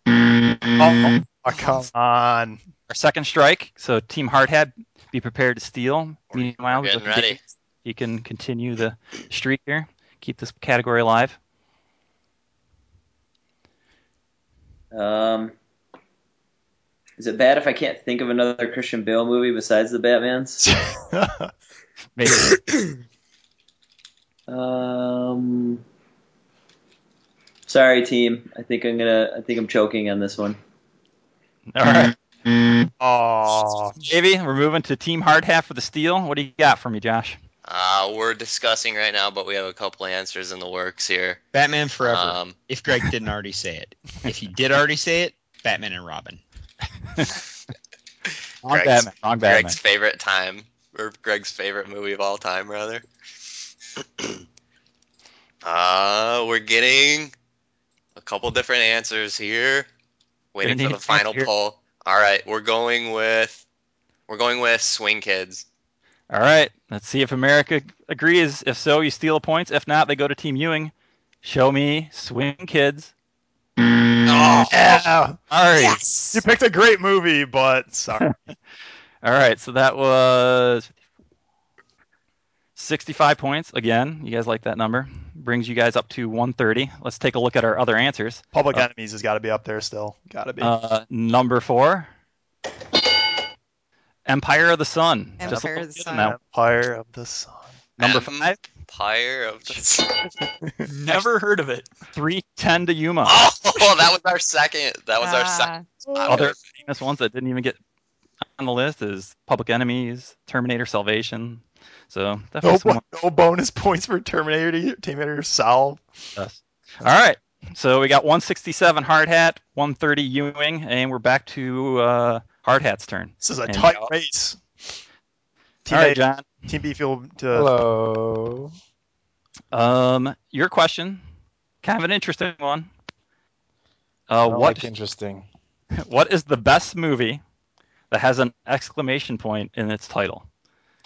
[SPEAKER 2] mm,
[SPEAKER 1] Oh, oh, come on.
[SPEAKER 2] Our second strike. So Team Hard Hat, be prepared to steal. Meanwhile,
[SPEAKER 4] Getting ready.
[SPEAKER 2] you can continue the streak here. Keep this category alive.
[SPEAKER 8] Um, is it bad if I can't think of another Christian Bale movie besides the Batman's?
[SPEAKER 2] Maybe.
[SPEAKER 8] um, sorry, team. I think I'm gonna. I think I'm choking on this one.
[SPEAKER 2] All
[SPEAKER 4] Mm-hmm.
[SPEAKER 2] right. mm.
[SPEAKER 1] Oh,
[SPEAKER 2] Davey, we're moving to Team Hard Hat for the steal. What do you got for me, Josh?
[SPEAKER 4] Uh, we're discussing right now, but we have a couple answers in the works here.
[SPEAKER 3] Batman Forever.
[SPEAKER 2] Uh,
[SPEAKER 4] Um,
[SPEAKER 3] if Greg didn't already say it, if he did already say it, Batman and Robin.
[SPEAKER 2] Wrong
[SPEAKER 4] Greg's-
[SPEAKER 2] Batman. Wrong Batman.
[SPEAKER 4] Greg's favorite time, or Greg's favorite movie of all time, rather. uh, we're getting a couple different answers here. Waiting
[SPEAKER 2] Gonna
[SPEAKER 4] for
[SPEAKER 2] need
[SPEAKER 4] the
[SPEAKER 2] a
[SPEAKER 4] final
[SPEAKER 2] here.
[SPEAKER 4] poll. All right, we're going with we're going with Swing Kids.
[SPEAKER 2] All right. Let's see if America agrees. If so, you steal points. If not, they go to Team Ewing. Show me swing kids. Mm.
[SPEAKER 4] Oh,
[SPEAKER 1] yeah.
[SPEAKER 2] All right.
[SPEAKER 1] You
[SPEAKER 9] Yes.
[SPEAKER 1] picked a great movie, but sorry.
[SPEAKER 2] All right. So that was 65 points. Again, you guys like that number. Brings you guys up to 130. Let's take a look at our other answers.
[SPEAKER 1] Public
[SPEAKER 2] Oh.
[SPEAKER 1] Enemies has got to be up there still. Got to be.
[SPEAKER 2] Uh, number four Empire of the Sun.
[SPEAKER 9] Empire
[SPEAKER 2] Just a
[SPEAKER 9] of
[SPEAKER 2] little
[SPEAKER 9] the
[SPEAKER 2] kid in
[SPEAKER 9] Sun. Um,
[SPEAKER 2] that one.
[SPEAKER 1] Empire of the Sun.
[SPEAKER 2] Number five.
[SPEAKER 4] Pyre of the.
[SPEAKER 7] Never heard of it.
[SPEAKER 2] 310 to Yuma.
[SPEAKER 4] Oh, that was our second. That was our second.
[SPEAKER 10] Ah,
[SPEAKER 9] Oh,
[SPEAKER 2] Other famous ones that didn't even get on the list is Public Enemies, Terminator Salvation. So
[SPEAKER 1] No,
[SPEAKER 2] definitely
[SPEAKER 1] bo-
[SPEAKER 2] someone
[SPEAKER 1] no bonus points for Terminator. Terminator Solve.
[SPEAKER 2] us. All right. So we got 167 Hard Hat, 130 Ewing, and we're back to uh, Hard Hat's turn.
[SPEAKER 1] This is a
[SPEAKER 2] And-
[SPEAKER 1] tight race. Team,
[SPEAKER 2] All right,
[SPEAKER 1] A,
[SPEAKER 2] John.
[SPEAKER 1] Team B field to
[SPEAKER 5] Hello.
[SPEAKER 2] Um, your question, kind of an interesting one. Uh,
[SPEAKER 5] I don't
[SPEAKER 2] what
[SPEAKER 5] like interesting?
[SPEAKER 2] what is the best movie that has an exclamation point in its title?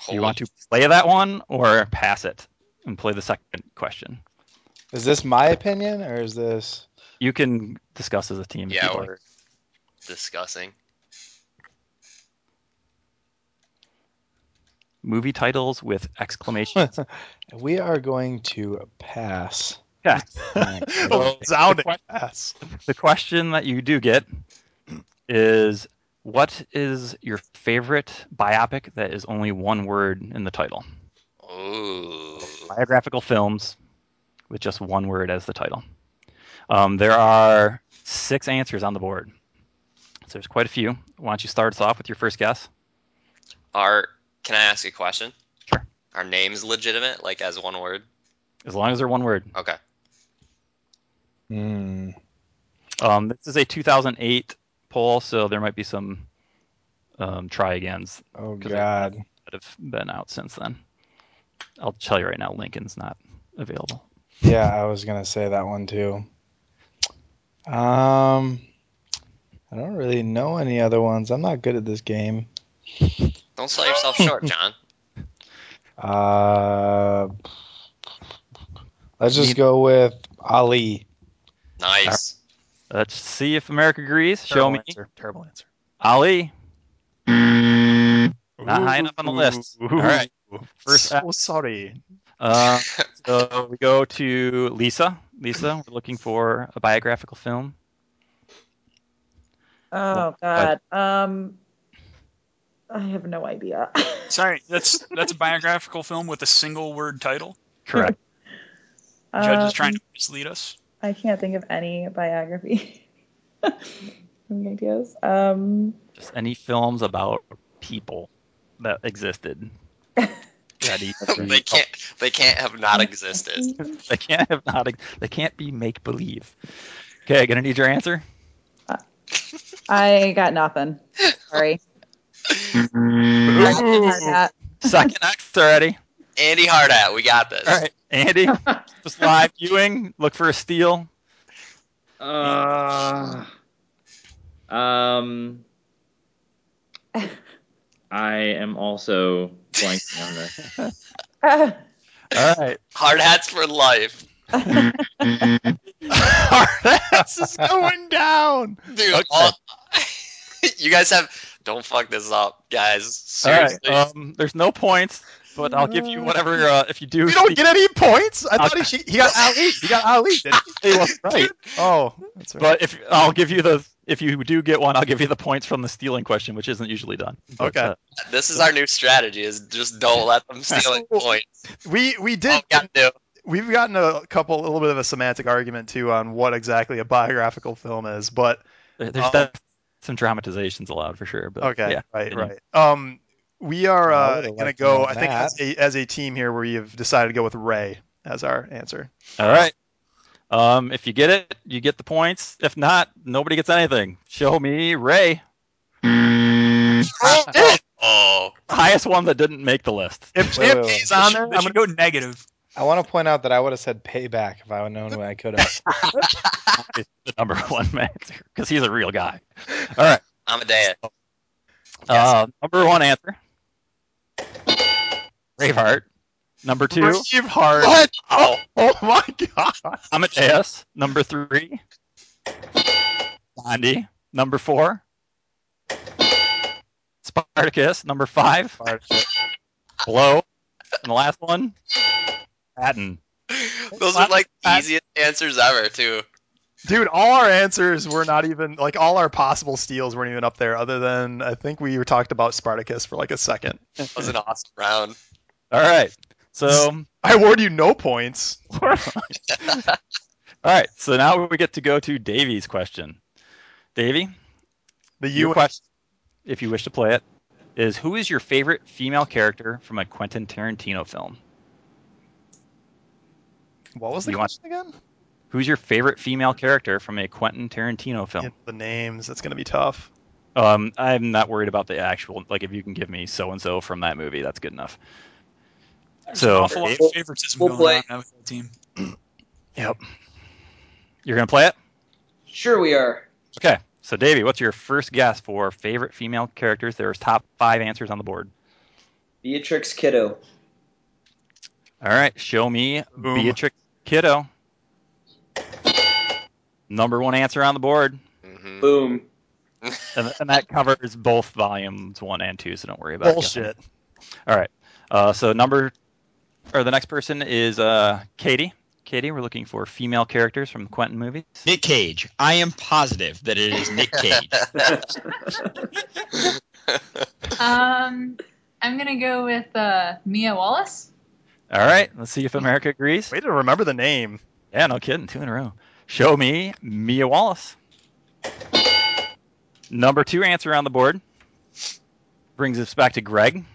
[SPEAKER 2] Do you want to play that one or pass it and play the second question?
[SPEAKER 5] Is this my opinion or is this?
[SPEAKER 2] You can discuss as a team. if
[SPEAKER 4] Yeah,
[SPEAKER 2] you'd like.
[SPEAKER 4] we're discussing.
[SPEAKER 2] Movie titles with exclamation.
[SPEAKER 5] We are going to pass.
[SPEAKER 2] yeah.
[SPEAKER 1] a resounding pass.
[SPEAKER 2] The question that you do get is what is your favorite biopic that is only one word in the title?
[SPEAKER 4] Ooh.
[SPEAKER 2] Biographical films with just one word as the title. Um, there are six answers on the board. So there's quite a few. Why don't you start us off with your first guess?
[SPEAKER 4] Are can I ask a question?
[SPEAKER 2] Sure.
[SPEAKER 4] Are names legitimate, like as one word?
[SPEAKER 2] As long as they're one word.
[SPEAKER 4] Okay.
[SPEAKER 5] Hmm.
[SPEAKER 2] Um, this is a 2008 poll, so there might be some um, try agains
[SPEAKER 5] Oh
[SPEAKER 2] 'Cause
[SPEAKER 5] God.
[SPEAKER 2] that have been out since then. I'll tell you right now, Lincoln's not available.
[SPEAKER 5] Yeah, I was gonna say that one too. Um, I don't really know any other ones. I'm not good at this game.
[SPEAKER 4] Don't sell yourself short, John.
[SPEAKER 5] Uh, let's
[SPEAKER 2] Need-
[SPEAKER 5] just go with Ali.
[SPEAKER 4] Nice.
[SPEAKER 2] Let's see if America agrees. Show
[SPEAKER 1] Terrible
[SPEAKER 2] me
[SPEAKER 1] Answer. Terrible answer.
[SPEAKER 2] Ali. Not high enough on the list.
[SPEAKER 1] Mm. Ooh.
[SPEAKER 2] All right. First
[SPEAKER 1] so sorry.
[SPEAKER 2] Uh, so we go to Lisa. Lisa, we're looking for a biographical film.
[SPEAKER 6] Oh God. Um, I have no idea.
[SPEAKER 7] Sorry, that's that's a biographical film with a single word title.
[SPEAKER 2] Correct.
[SPEAKER 7] Judge
[SPEAKER 6] Um,
[SPEAKER 7] is trying to mislead us.
[SPEAKER 6] I can't think of any biography. any ideas? Um,
[SPEAKER 2] Just any films about people that existed. That e-
[SPEAKER 4] they can't. They can't have not existed.
[SPEAKER 2] they can't have not. They can't be make believe. Okay, gonna need your answer.
[SPEAKER 6] I got nothing. Sorry. I didn't have that.
[SPEAKER 2] Second X already.
[SPEAKER 4] Andy Hardhat, we got this.
[SPEAKER 2] All right, Andy, just live viewing. Look for a steal.
[SPEAKER 8] Uh, um, I am also blanking on this.
[SPEAKER 2] All right.
[SPEAKER 8] Mm-hmm.
[SPEAKER 4] Hardhats for life.
[SPEAKER 1] this is going down.
[SPEAKER 4] Dude, all- you guys have don't fuck this up, guys.
[SPEAKER 2] All right.
[SPEAKER 4] Seriously.
[SPEAKER 2] Um, there's no points, but I'll give you whatever uh, if you do.
[SPEAKER 1] You don't
[SPEAKER 2] speak-
[SPEAKER 1] get any points. I
[SPEAKER 2] I'll-
[SPEAKER 1] thought he, he got Ali. He got Ali. didn't he?
[SPEAKER 2] He was right.
[SPEAKER 1] Oh, that's right.
[SPEAKER 2] But if I'll give you the if you do get one, I'll give you the points from the stealing question, which isn't usually done. But,
[SPEAKER 1] Okay.
[SPEAKER 2] uh,
[SPEAKER 4] This is our new strategy: is just don't let them steal it points.
[SPEAKER 1] we we did.
[SPEAKER 2] Oh,
[SPEAKER 4] All we gotta do.
[SPEAKER 1] We've gotten a couple, a little bit of a semantic argument too on what exactly a biographical film is, but
[SPEAKER 2] there- there's
[SPEAKER 1] Um,
[SPEAKER 2] def- some dramatizations allowed for sure. But
[SPEAKER 1] Okay,
[SPEAKER 2] Yeah.
[SPEAKER 1] right,
[SPEAKER 2] continue.
[SPEAKER 1] right. Um, we are
[SPEAKER 5] Well, I
[SPEAKER 1] uh,
[SPEAKER 5] would've
[SPEAKER 1] going to
[SPEAKER 5] liked to
[SPEAKER 1] go.
[SPEAKER 5] know
[SPEAKER 1] I think
[SPEAKER 5] that.
[SPEAKER 1] as a, as a team here, we have decided to go with Ray as our answer.
[SPEAKER 2] All right. Um, if you get it, you get the points. If not, nobody gets anything. Show me Ray,
[SPEAKER 4] Oh,
[SPEAKER 2] highest one that didn't make the list.
[SPEAKER 1] If
[SPEAKER 5] Wait, wait,
[SPEAKER 1] JFK
[SPEAKER 5] wait.
[SPEAKER 1] is on there,
[SPEAKER 7] They
[SPEAKER 1] I'm
[SPEAKER 7] should
[SPEAKER 1] gonna,
[SPEAKER 7] go negative.
[SPEAKER 5] I want to point out that I would have said payback if I would known when I could have.
[SPEAKER 2] It's the number one man because he's a real guy. All right.
[SPEAKER 4] Amadeus.
[SPEAKER 2] Uh, number one answer. Braveheart. Number two,
[SPEAKER 1] Brave Heart.
[SPEAKER 4] What?
[SPEAKER 1] Oh, oh my god!
[SPEAKER 2] Amadeus. Number three, Gandhi. Number four, Spartacus. Number five, Blow. And the last one, Patton.
[SPEAKER 4] Those are like the easiest answers ever, too.
[SPEAKER 1] Dude, all our answers were not even like all our possible steals weren't even up there. Other than I think we were talked about Spartacus for like a second.
[SPEAKER 4] That was an awesome round.
[SPEAKER 2] All right. So,
[SPEAKER 1] I award you no points.
[SPEAKER 2] all right. So now we get to go to Davy's question. Davy,
[SPEAKER 1] The
[SPEAKER 2] your
[SPEAKER 1] U.
[SPEAKER 2] question, if you wish to play it, is who is your favorite female character from a Quentin Tarantino film?
[SPEAKER 1] What was the
[SPEAKER 2] You want-
[SPEAKER 1] question again?
[SPEAKER 2] Who's your favorite female character from a Quentin Tarantino
[SPEAKER 1] Yeah,
[SPEAKER 2] film?
[SPEAKER 1] the names. That's gonna be tough.
[SPEAKER 2] Um, I'm not worried about the actual. Like, if you can give me so and so from that movie, that's good enough.
[SPEAKER 7] There's
[SPEAKER 2] So-
[SPEAKER 7] an
[SPEAKER 1] Oh.
[SPEAKER 7] awful lot
[SPEAKER 8] We'll-
[SPEAKER 7] of favoritism
[SPEAKER 8] we'll
[SPEAKER 7] going
[SPEAKER 8] play.
[SPEAKER 7] on now with that team.
[SPEAKER 2] Yep. You're gonna play it.
[SPEAKER 8] Sure, we are.
[SPEAKER 2] Okay. So, Davey, what's your first guess for favorite female characters? There's top five answers on the board.
[SPEAKER 8] Beatrix Kiddo.
[SPEAKER 2] All right, show me
[SPEAKER 1] Boom.
[SPEAKER 2] Beatrix Kiddo. Number one answer on the board,
[SPEAKER 4] hmm
[SPEAKER 8] Boom.
[SPEAKER 2] and, and that covers both volumes one and two. So don't worry about guessing.
[SPEAKER 1] Bullshit.
[SPEAKER 2] All right. Uh, so number, or the next person is uh, Katie. Katie, we're looking for female characters from Quentin movies.
[SPEAKER 3] Nick Cage. I am positive that it is Nick Cage.
[SPEAKER 10] Um, I'm gonna go with uh, Mia Wallace.
[SPEAKER 2] All right, let's see if America agrees.
[SPEAKER 1] Way to remember the name.
[SPEAKER 2] Yeah, no kidding, two in a row. Show me Mia Wallace. Number two answer on the board brings us back to Greg.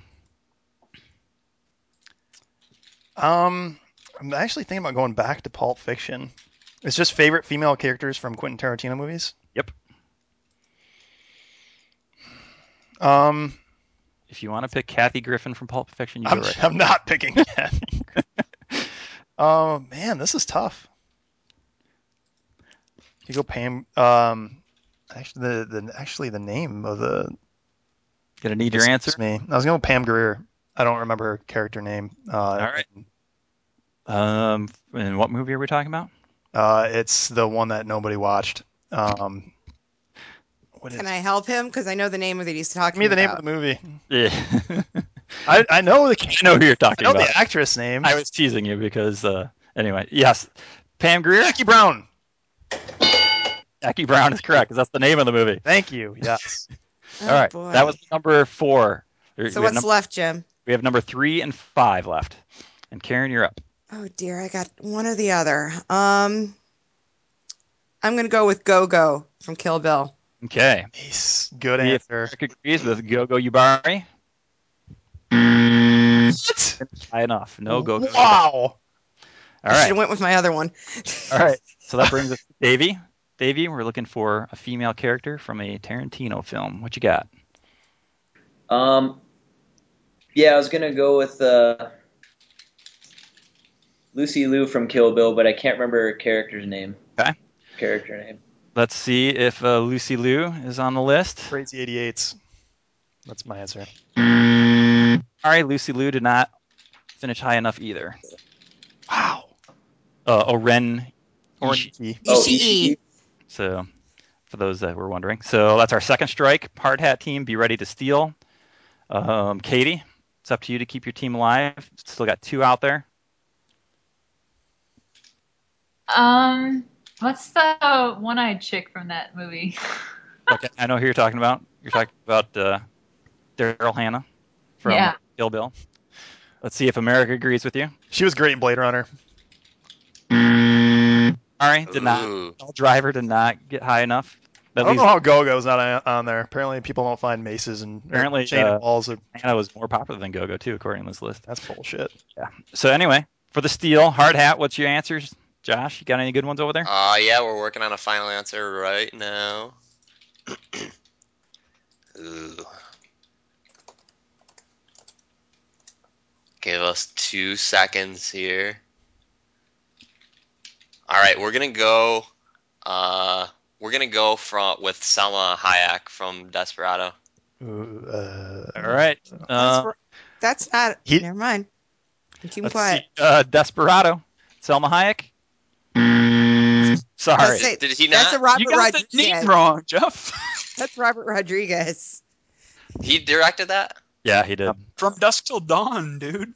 [SPEAKER 1] Um, I'm actually thinking about going back to Pulp Fiction. It's just favorite female characters from Quentin Tarantino movies.
[SPEAKER 2] Yep.
[SPEAKER 1] Um,
[SPEAKER 2] If you want to pick Kathy Griffin from Pulp Fiction, you
[SPEAKER 1] I'm,
[SPEAKER 2] go right.
[SPEAKER 1] I'm not picking that. Oh man, this is tough. You go Pam. Um, actually, the, the actually the name of the
[SPEAKER 2] Gonna need your answer.
[SPEAKER 1] me. I was going with Pam Greer. I don't remember her character name. Uh, All
[SPEAKER 2] right. Um, and what movie are we talking about?
[SPEAKER 1] Uh, it's the one that nobody watched. Um, what is?
[SPEAKER 9] Can I help him? Because I know the name of it he's
[SPEAKER 1] Give
[SPEAKER 9] talking
[SPEAKER 1] me the name
[SPEAKER 9] about.
[SPEAKER 1] of the movie.
[SPEAKER 2] Yeah,
[SPEAKER 1] I, I know the
[SPEAKER 2] I know who you're
[SPEAKER 1] I
[SPEAKER 2] talking
[SPEAKER 1] know
[SPEAKER 2] about.
[SPEAKER 1] the actress name.
[SPEAKER 2] I was teasing you because uh, anyway, yes, Pam Greer,
[SPEAKER 1] Jackie Brown.
[SPEAKER 2] Jackie Brown is correct because that's the name of the movie.
[SPEAKER 1] Thank you. Yes.
[SPEAKER 9] Oh,
[SPEAKER 2] All right,
[SPEAKER 9] boy.
[SPEAKER 2] that was number four. There-
[SPEAKER 9] So
[SPEAKER 2] we, have
[SPEAKER 9] what's
[SPEAKER 2] num-
[SPEAKER 9] left, Jim?
[SPEAKER 2] we have number three and five left, and Karen, you're up.
[SPEAKER 9] Oh dear, I got one or the other. Um, I'm gonna go with Go Go from Kill Bill.
[SPEAKER 2] Okay,
[SPEAKER 1] Nice. Good
[SPEAKER 2] Yeah.
[SPEAKER 1] answer.
[SPEAKER 2] Eric agrees with Gogo Yubari.
[SPEAKER 1] What?
[SPEAKER 2] High enough, no Gogo. All
[SPEAKER 1] Wow.
[SPEAKER 9] I
[SPEAKER 2] right,
[SPEAKER 9] should have went with my other one.
[SPEAKER 2] all right. So that brings us to Davey. Davey, we're looking for a female character from a Tarantino film. What you got?
[SPEAKER 8] Um, yeah, I was gonna go with uh, Lucy Liu from Kill Bill, but I can't remember her character's name.
[SPEAKER 2] Okay.
[SPEAKER 8] Character name.
[SPEAKER 2] Let's see if uh, Lucy Liu is on the list.
[SPEAKER 1] Crazy 88s. That's my answer.
[SPEAKER 2] All right, Lucy Liu did not finish high enough either.
[SPEAKER 1] Wow.
[SPEAKER 2] Uh, Oren
[SPEAKER 1] Or
[SPEAKER 2] Ishi-
[SPEAKER 8] Oh,
[SPEAKER 9] ECE.
[SPEAKER 2] So, for those that were wondering, so that's our second strike. Hard hat team, be ready to steal. Um, Katie, it's up to you to keep your team alive. Still got two out there.
[SPEAKER 10] Um, what's the one-eyed chick from that movie?
[SPEAKER 2] Okay, I know who you're talking about. You're talking about uh, Daryl Hannah from
[SPEAKER 10] Yeah.
[SPEAKER 2] Kill Bill. Let's see if America agrees with you.
[SPEAKER 1] She was great in Blade Runner.
[SPEAKER 2] Sorry, did not.
[SPEAKER 4] Ooh.
[SPEAKER 2] All driver did not get high enough.
[SPEAKER 1] I
[SPEAKER 2] That
[SPEAKER 1] don't
[SPEAKER 2] leaves
[SPEAKER 1] know how Go-Go's not on- on there. Apparently, people don't find maces and or
[SPEAKER 2] Apparently,
[SPEAKER 1] chain
[SPEAKER 2] uh,
[SPEAKER 1] and balls. Are,
[SPEAKER 2] Hannah was more popular than Go-Go too, according to this list.
[SPEAKER 1] that's bullshit.
[SPEAKER 2] So anyway, for the steal, hard hat. What's your answers, Josh? You got any good ones over there?
[SPEAKER 4] Uh, yeah, we're working on a final answer right now. Ooh. Give us two seconds here. All right, we're gonna go. Uh, we're gonna go from with Selma Hayek from Desperado.
[SPEAKER 1] Ooh, uh,
[SPEAKER 2] All right.
[SPEAKER 9] That's,
[SPEAKER 2] Uh,
[SPEAKER 9] r- that's not.
[SPEAKER 1] he-
[SPEAKER 9] never mind. You keep
[SPEAKER 2] let's
[SPEAKER 9] quiet.
[SPEAKER 2] see. Uh, Desperado. Selma Hayek. Sorry.
[SPEAKER 9] That's it.
[SPEAKER 4] Did he
[SPEAKER 9] That's a
[SPEAKER 4] not?
[SPEAKER 9] Robert
[SPEAKER 7] you got the
[SPEAKER 9] Rodriguez.
[SPEAKER 7] name wrong, Jeff.
[SPEAKER 9] That's Robert Rodriguez.
[SPEAKER 4] He directed that.
[SPEAKER 2] Yeah, he did.
[SPEAKER 7] From Dusk Till Dawn, dude.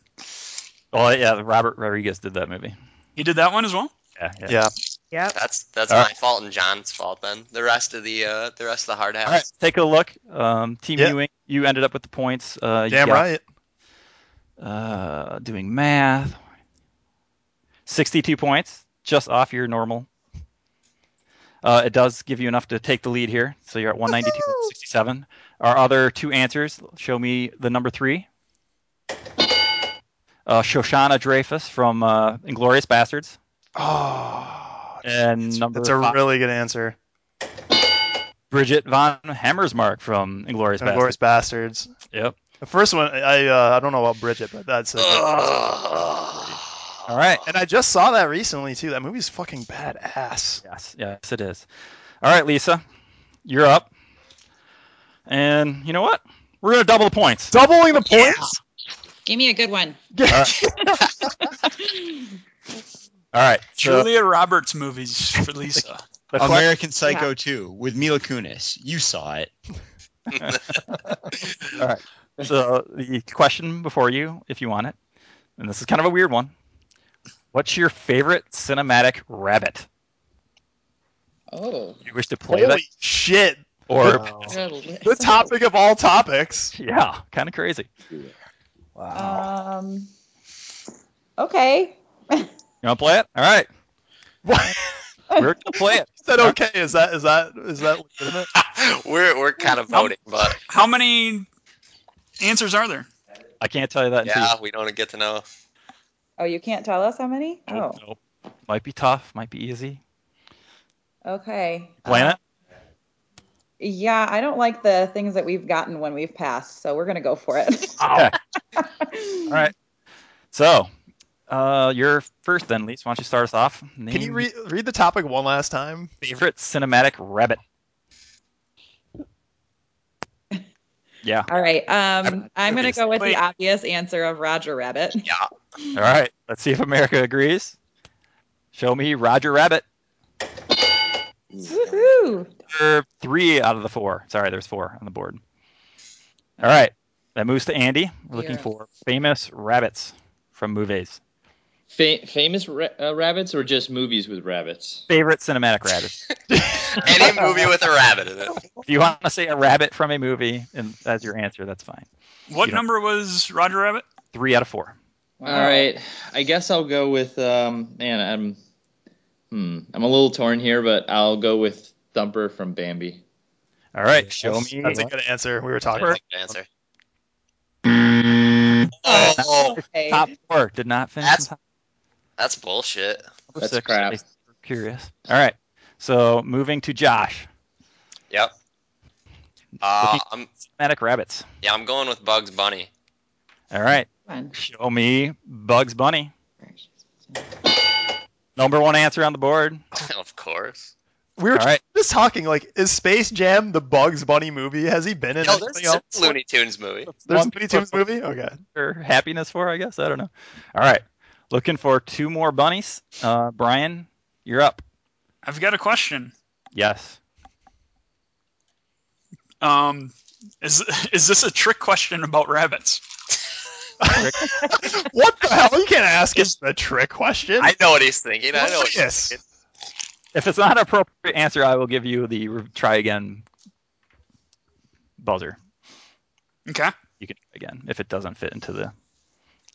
[SPEAKER 2] Well, yeah, Robert Rodriguez did that movie.
[SPEAKER 7] He did that one as well.
[SPEAKER 2] Yeah. yeah.
[SPEAKER 1] yeah.
[SPEAKER 9] Yep.
[SPEAKER 4] That's that's
[SPEAKER 2] All
[SPEAKER 4] my
[SPEAKER 2] right.
[SPEAKER 4] fault and John's fault. Then the rest of the uh, the rest of the hard hats.
[SPEAKER 2] All right, take a look. Um, Team
[SPEAKER 1] Yeah.
[SPEAKER 2] Ewing, you ended up with the points. Uh, you
[SPEAKER 1] Damn
[SPEAKER 2] got,
[SPEAKER 1] right.
[SPEAKER 2] Uh, doing math, sixty-two points, just off your normal. Uh, it does give you enough to take the lead here, so you're at one ninety-two sixty-seven. Our other two answers show me the number three. Uh, Shoshana Dreyfus from uh, Inglorious Bastards,
[SPEAKER 1] Oh,
[SPEAKER 2] and number
[SPEAKER 1] that's a
[SPEAKER 2] five,
[SPEAKER 1] really good answer.
[SPEAKER 2] Bridget von Hammersmark from Inglorious
[SPEAKER 1] Glorious
[SPEAKER 2] Bastards.
[SPEAKER 1] Bastards.
[SPEAKER 2] Yep.
[SPEAKER 1] The first one, I uh, I don't know about Bridget, but that's. A,
[SPEAKER 2] All right.
[SPEAKER 1] and I just saw that recently too. That movie's fucking badass.
[SPEAKER 2] Yes, yes, it is. All right, Lisa, you're up. And you know what? We're gonna double the points.
[SPEAKER 1] Doubling the points.
[SPEAKER 11] Give me a good one.
[SPEAKER 2] All right.
[SPEAKER 1] uh,
[SPEAKER 2] So
[SPEAKER 7] Julia Roberts movies for Lisa.
[SPEAKER 2] the que-
[SPEAKER 3] American Psycho 2 with Mila Kunis. You saw it.
[SPEAKER 2] so the question before you, if you want it, and this is kind of a weird one. What's your favorite cinematic rabbit?
[SPEAKER 11] Oh,
[SPEAKER 2] You wish to play
[SPEAKER 1] Holy
[SPEAKER 2] that,
[SPEAKER 1] shit!
[SPEAKER 2] or
[SPEAKER 6] Oh.
[SPEAKER 1] The topic of all topics.
[SPEAKER 2] yeah, kind of crazy.
[SPEAKER 8] Uh,
[SPEAKER 5] Wow.
[SPEAKER 6] Um. Okay.
[SPEAKER 2] You want to play it? All right,
[SPEAKER 1] What?
[SPEAKER 2] we're gonna play it.
[SPEAKER 1] Is that okay? Is that is that is that legitimate?
[SPEAKER 4] we're we're kind of voting, but
[SPEAKER 7] How many answers are there?
[SPEAKER 2] I can't tell you that. Until
[SPEAKER 4] yeah, we don't get to know.
[SPEAKER 6] Oh, you can't tell us how many?
[SPEAKER 2] you-
[SPEAKER 6] Oh,
[SPEAKER 2] Nope. Might be tough. Might be easy.
[SPEAKER 6] Oh, okay.
[SPEAKER 2] Playing it.
[SPEAKER 6] Yeah, I don't like the things that we've gotten when we've passed, so we're gonna go for it.
[SPEAKER 2] Okay. All right. So, uh, you're first then, Lise. Why don't you start us off?
[SPEAKER 1] Can you
[SPEAKER 2] Name
[SPEAKER 1] re- read the topic one last time?
[SPEAKER 2] your favorite cinematic rabbit? Yeah.
[SPEAKER 6] All right. Um, I'm gonna go with
[SPEAKER 7] Wait.
[SPEAKER 6] the obvious answer of Roger Rabbit.
[SPEAKER 4] Yeah.
[SPEAKER 2] All right. Let's see if America agrees. Show me Roger Rabbit.
[SPEAKER 6] Woohoo!
[SPEAKER 2] There are Three out of the four. Sorry, there's four on the board. All right. That moves to Andy. We're looking
[SPEAKER 11] Yeah.
[SPEAKER 2] for famous rabbits from movies.
[SPEAKER 8] Fa- famous ra- uh, rabbits or just movies with rabbits?
[SPEAKER 2] Favorite cinematic rabbit.
[SPEAKER 4] Any movie with a rabbit in it.
[SPEAKER 2] if you want to say a rabbit from a movie and as your answer, that's fine.
[SPEAKER 7] What
[SPEAKER 2] You don't-
[SPEAKER 7] number was Roger Rabbit?
[SPEAKER 2] Three out of four.
[SPEAKER 8] All right, I guess I'll go with um, man. I'm hmm, I'm a little torn here, but I'll go with Thumper from Bambi.
[SPEAKER 2] All right. Show
[SPEAKER 5] That's-
[SPEAKER 2] me.
[SPEAKER 1] That's a good answer. We were talking.
[SPEAKER 4] That's a good answer.
[SPEAKER 2] Oh,
[SPEAKER 6] Okay.
[SPEAKER 2] top four did not finish.
[SPEAKER 4] That's-
[SPEAKER 2] in top
[SPEAKER 4] That's bullshit.
[SPEAKER 2] four,
[SPEAKER 8] That's
[SPEAKER 2] six,
[SPEAKER 8] crap.
[SPEAKER 2] at least we're Curious. All right. So moving to Josh.
[SPEAKER 4] Yep. Uh,
[SPEAKER 2] Looking-
[SPEAKER 4] I'm
[SPEAKER 2] Cinematic rabbits.
[SPEAKER 4] yeah, I'm going with Bugs Bunny.
[SPEAKER 2] All right.
[SPEAKER 11] fun.
[SPEAKER 2] Show me Bugs Bunny. Number one answer on the board.
[SPEAKER 4] of course.
[SPEAKER 1] We
[SPEAKER 2] All
[SPEAKER 1] were
[SPEAKER 2] right.
[SPEAKER 1] just talking. Like, is Space Jam the Bugs Bunny movie? Has he been in
[SPEAKER 4] Yo,
[SPEAKER 1] anything
[SPEAKER 4] there's
[SPEAKER 1] else?
[SPEAKER 4] a Looney Tunes movie.
[SPEAKER 1] There's a
[SPEAKER 2] One
[SPEAKER 1] Looney Tunes movie. Okay.
[SPEAKER 2] for happiness for, I guess. I don't know. All right. Looking for two more bunnies. Uh, Brian, you're up.
[SPEAKER 7] I've got a question.
[SPEAKER 2] Yes.
[SPEAKER 7] Um, is is this a trick question about rabbits?
[SPEAKER 1] what the hell? You can't ask us the trick question.
[SPEAKER 4] I know what he's thinking. I know what he's
[SPEAKER 1] Yes.
[SPEAKER 4] thinking.
[SPEAKER 2] If it's not an appropriate answer, I will give you the re- try again buzzer.
[SPEAKER 7] Okay.
[SPEAKER 2] You can try again if it doesn't fit into the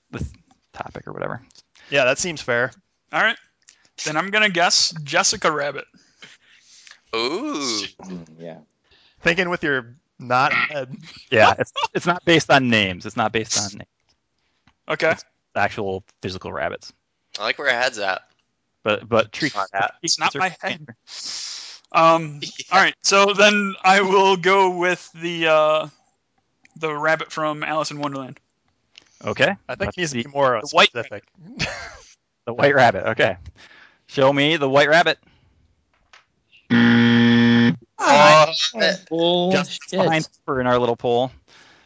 [SPEAKER 2] the th- topic or whatever.
[SPEAKER 1] Yeah, that seems fair.
[SPEAKER 7] All right. Then I'm gonna guess Jessica Rabbit.
[SPEAKER 4] Ooh.
[SPEAKER 8] Yeah.
[SPEAKER 1] Thinking with your not head.
[SPEAKER 2] Yeah, it's, it's not based on names. It's not based on na-
[SPEAKER 7] Okay.
[SPEAKER 2] actual physical rabbits.
[SPEAKER 4] I like where our head's at.
[SPEAKER 2] But but treat
[SPEAKER 4] Not that.
[SPEAKER 7] It's not my head. Um. All right. So then I will go with the uh, the rabbit from Alice in Wonderland.
[SPEAKER 2] Okay.
[SPEAKER 1] I think
[SPEAKER 2] That's
[SPEAKER 1] it needs
[SPEAKER 2] the,
[SPEAKER 1] to be more
[SPEAKER 7] the white
[SPEAKER 1] specific.
[SPEAKER 2] the white rabbit. Okay. Show me the white rabbit.
[SPEAKER 4] Oh,
[SPEAKER 10] Okay.
[SPEAKER 2] Just behind Pepper in our little poll.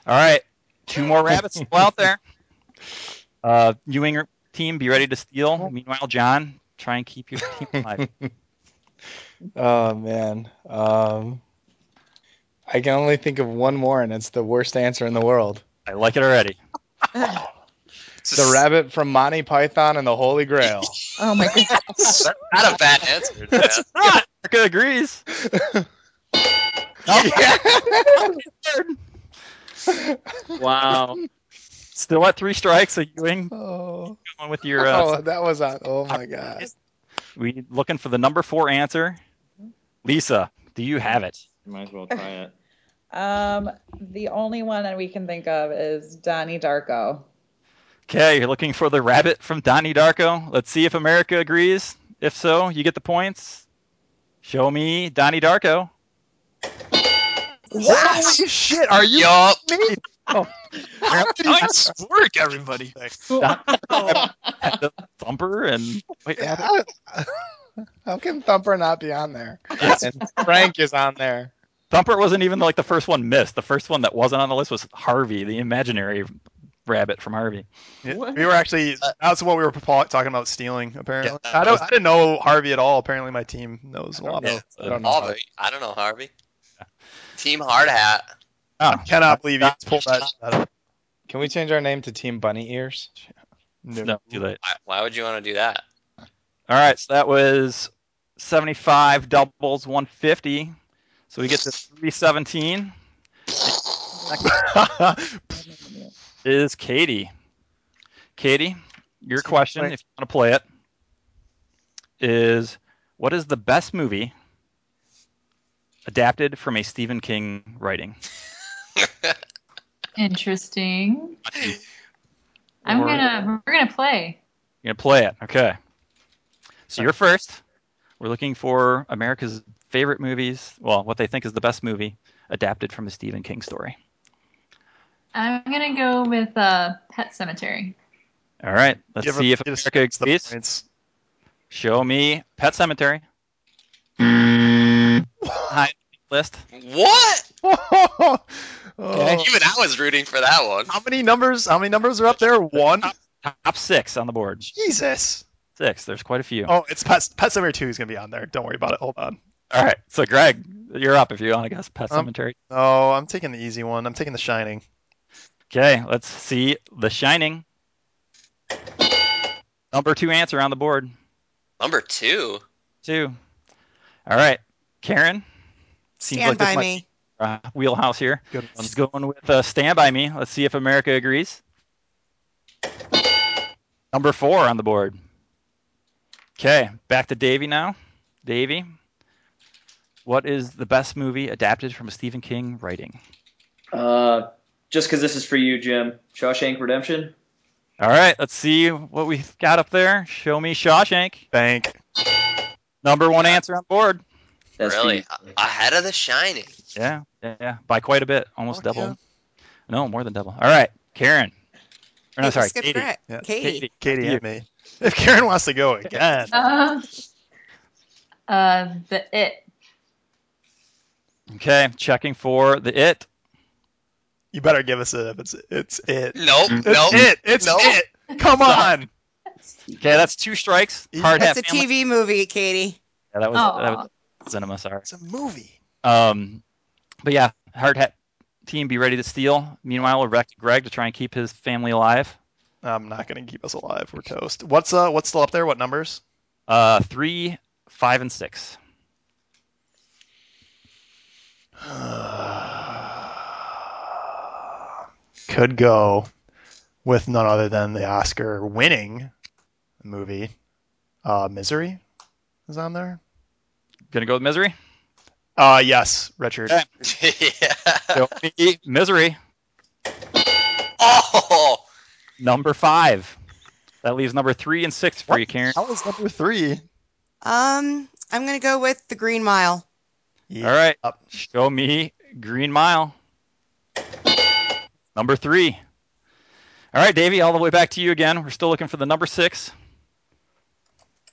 [SPEAKER 2] All right, two more rabbits still out there. Uh, Ewing team, be ready to steal. Meanwhile, John, try and keep your team alive.
[SPEAKER 5] Oh man. Um, I can only think of one more, and it's the worst answer in the world.
[SPEAKER 2] I like it already.
[SPEAKER 4] it's
[SPEAKER 5] The
[SPEAKER 4] just
[SPEAKER 5] rabbit from Monty Python and the Holy Grail.
[SPEAKER 10] Oh my god.
[SPEAKER 4] not a bad answer. man.
[SPEAKER 2] Erica agrees.
[SPEAKER 8] Wow.
[SPEAKER 2] Still at three strikes. So Ewing
[SPEAKER 5] oh.
[SPEAKER 2] going with your. Uh,
[SPEAKER 5] oh, that was on. Oh my god.
[SPEAKER 2] We looking for the number four answer. Lisa, do you have it?
[SPEAKER 8] Might as well try it.
[SPEAKER 6] Um, the only one that we can think of is Donnie Darko.
[SPEAKER 2] Okay, you're looking for the rabbit from Donnie Darko. Let's see if America agrees. If so, you get the points. Show me Donnie Darko.
[SPEAKER 1] Holy shit! Are you
[SPEAKER 4] Yup.
[SPEAKER 9] Oh.
[SPEAKER 7] Nice work, everybody.
[SPEAKER 2] Had the thumper and wait, rabbit.
[SPEAKER 5] Yeah. How can Thumper not be on there? And Frank is on there.
[SPEAKER 2] thumper wasn't even like the first one missed. The first one that wasn't on the list was Harvey, the imaginary rabbit from Harvey.
[SPEAKER 1] Yeah,
[SPEAKER 8] What?
[SPEAKER 1] We were actually
[SPEAKER 2] Uh,
[SPEAKER 1] that's what we were pa- talking about stealing. Apparently,
[SPEAKER 4] Yeah.
[SPEAKER 1] I don't. I didn't know Harvey at all. Apparently, my team knows a lot.
[SPEAKER 2] know.
[SPEAKER 1] Of, I don't know.
[SPEAKER 4] Harvey. I don't know, Harvey. Team Hard Hat.
[SPEAKER 2] Oh,
[SPEAKER 1] Cannot believe you just pulled that. shit out of-
[SPEAKER 5] Can we change our name to Team Bunny Ears?
[SPEAKER 2] no, too late.
[SPEAKER 4] Why, why would you want to do that?
[SPEAKER 2] All right, so that was 75 doubles, 150. So we get to 317 is Katie. Katie, your question, if you want to play it, is what is the best movie adapted from a Stephen King writing?
[SPEAKER 10] Interesting. I'm gonna we're gonna play.
[SPEAKER 2] You're gonna play it. Okay. So you're first. We're looking for America's favorite movies. Well, what they think is the best movie adapted from a Stephen King story.
[SPEAKER 10] I'm gonna go with uh, Pet Cemetery.
[SPEAKER 2] All right. Let's
[SPEAKER 1] Give
[SPEAKER 2] see
[SPEAKER 1] a-
[SPEAKER 2] if
[SPEAKER 1] give us-
[SPEAKER 2] America
[SPEAKER 1] it's the
[SPEAKER 2] agrees.
[SPEAKER 1] points.
[SPEAKER 2] Show me Pet Cemetery.
[SPEAKER 1] Mm.
[SPEAKER 2] High list.
[SPEAKER 4] What?
[SPEAKER 1] Oh.
[SPEAKER 4] Even I was rooting for that one.
[SPEAKER 1] How many numbers? How many numbers are up there? One.
[SPEAKER 2] Uh, Top six on the board.
[SPEAKER 1] Jesus.
[SPEAKER 2] Six. There's quite a few.
[SPEAKER 1] Oh, it's Pet, Pet Cemetery Two is gonna be on there. Don't worry about it. Hold on.
[SPEAKER 2] All right. So Greg, you're up if you want to guess Pet
[SPEAKER 1] Um,
[SPEAKER 2] Cemetery.
[SPEAKER 1] No, I'm taking the easy one. I'm taking The Shining.
[SPEAKER 2] Okay. Let's see The Shining. Number two answer on the board.
[SPEAKER 4] Number two.
[SPEAKER 2] Two. All right, Karen. Seems
[SPEAKER 9] Stand
[SPEAKER 2] this
[SPEAKER 9] by
[SPEAKER 2] might
[SPEAKER 9] me.
[SPEAKER 2] be, uh, wheelhouse here.
[SPEAKER 1] Good one.
[SPEAKER 2] She's going with uh, "Stand by Me." Let's see if America agrees. Number four on the board. Okay, back to Davey now. Davey, what is the best movie adapted from a Stephen King writing?
[SPEAKER 11] Uh, just because this is for you, Jim. Shawshank Redemption.
[SPEAKER 2] All right, let's see what we've got up there. Show me Shawshank.
[SPEAKER 1] Bank.
[SPEAKER 2] Number one answer on the board.
[SPEAKER 11] That's for
[SPEAKER 4] really?
[SPEAKER 11] you.
[SPEAKER 4] A- Ahead of The Shining.
[SPEAKER 2] Yeah, yeah, yeah, by quite a bit, almost
[SPEAKER 1] Oh,
[SPEAKER 2] double.
[SPEAKER 1] yeah.
[SPEAKER 2] No, more than double. All right, Karen. Or no,
[SPEAKER 9] Hey,
[SPEAKER 2] sorry,
[SPEAKER 9] skip
[SPEAKER 2] Katie.
[SPEAKER 9] Brett.
[SPEAKER 1] Yeah,
[SPEAKER 9] Katie.
[SPEAKER 2] Katie.
[SPEAKER 1] Katie
[SPEAKER 2] You.
[SPEAKER 1] and me. If Karen wants to go again,
[SPEAKER 10] Uh, uh, the It.
[SPEAKER 2] Okay, checking for the it.
[SPEAKER 1] you better give us it. If it's it's it.
[SPEAKER 4] Nope.
[SPEAKER 1] It's
[SPEAKER 4] Nope.
[SPEAKER 1] it. It's
[SPEAKER 4] Nope.
[SPEAKER 1] it. Come on.
[SPEAKER 2] Okay, that's two strikes. Hard
[SPEAKER 9] That's
[SPEAKER 2] hat
[SPEAKER 9] a
[SPEAKER 2] family.
[SPEAKER 9] TV movie, Katie.
[SPEAKER 2] Yeah, that was, that
[SPEAKER 10] Oh,
[SPEAKER 2] was Cinema, sorry.
[SPEAKER 1] It's a movie.
[SPEAKER 2] Um, but yeah, hard hat team, be ready to steal. Meanwhile, we'll wreck Greg to try and keep his family alive.
[SPEAKER 1] I'm not going to keep us alive. We're toast. What's uh what's still up there? What numbers?
[SPEAKER 2] Uh, three, five, and six.
[SPEAKER 1] Could go with none other than the Oscar winning movie. Uh, Misery is on there.
[SPEAKER 2] Gonna go with misery.
[SPEAKER 1] Uh, yes, Richard.
[SPEAKER 2] So, misery.
[SPEAKER 4] Oh,
[SPEAKER 2] number five. That leaves number three and six for you, Karen.
[SPEAKER 1] How is number three?
[SPEAKER 9] Um, I'm gonna go with the Green Mile.
[SPEAKER 2] All right. Show me Green Mile. Number three. All right, Davey, all the way back to you again. We're still looking for the number six.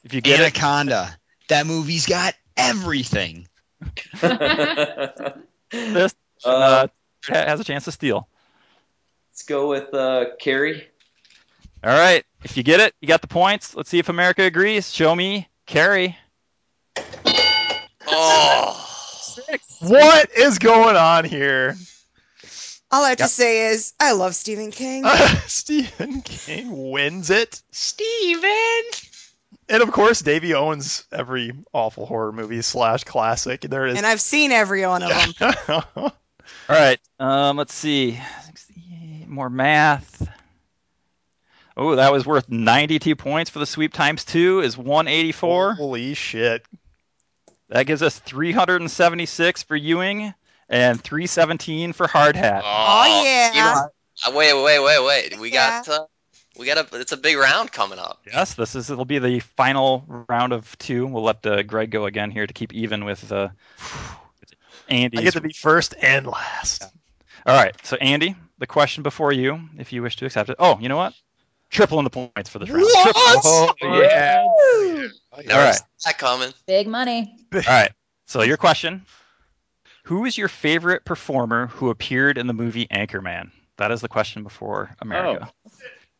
[SPEAKER 2] If you get it,
[SPEAKER 3] Anaconda. That movie's got everything.
[SPEAKER 2] this uh, has a chance to steal.
[SPEAKER 11] Let's go with uh, Carrie.
[SPEAKER 2] All right. If you get it, you got the points. Let's see if America agrees. Show me Carrie.
[SPEAKER 4] oh,
[SPEAKER 1] What is going on here?
[SPEAKER 9] All I have to say is I love Stephen King.
[SPEAKER 1] Stephen King wins it.
[SPEAKER 4] Steven.
[SPEAKER 1] And of course, Davey owns every awful horror movie slash classic. There is.
[SPEAKER 9] and I've seen every one of them.
[SPEAKER 2] All right. Um, let's see. More math. Oh, that was worth 92 points for the sweep times two is 184.
[SPEAKER 1] Holy shit.
[SPEAKER 2] That gives us 376 for Ewing and 317 for Hard Hat.
[SPEAKER 9] Oh, yeah.
[SPEAKER 4] Uh, wait, wait, wait, wait. We got uh, we got a. It's a big round coming up.
[SPEAKER 2] Yes, this is it'll be the final round of two. We'll let uh, Greg go again here to keep even with uh, Andy.
[SPEAKER 1] I get to be first and last.
[SPEAKER 2] All right, so Andy, the question before you, if you wish to accept it. Oh, you know what? Tripling the points for the round.
[SPEAKER 1] What?
[SPEAKER 2] Triple- Oh, yeah.
[SPEAKER 4] Oh,
[SPEAKER 2] All right.
[SPEAKER 4] That coming.
[SPEAKER 10] Big money.
[SPEAKER 2] All right. So your question: Who is your favorite performer who appeared in the movie Anchorman? That is the question before America.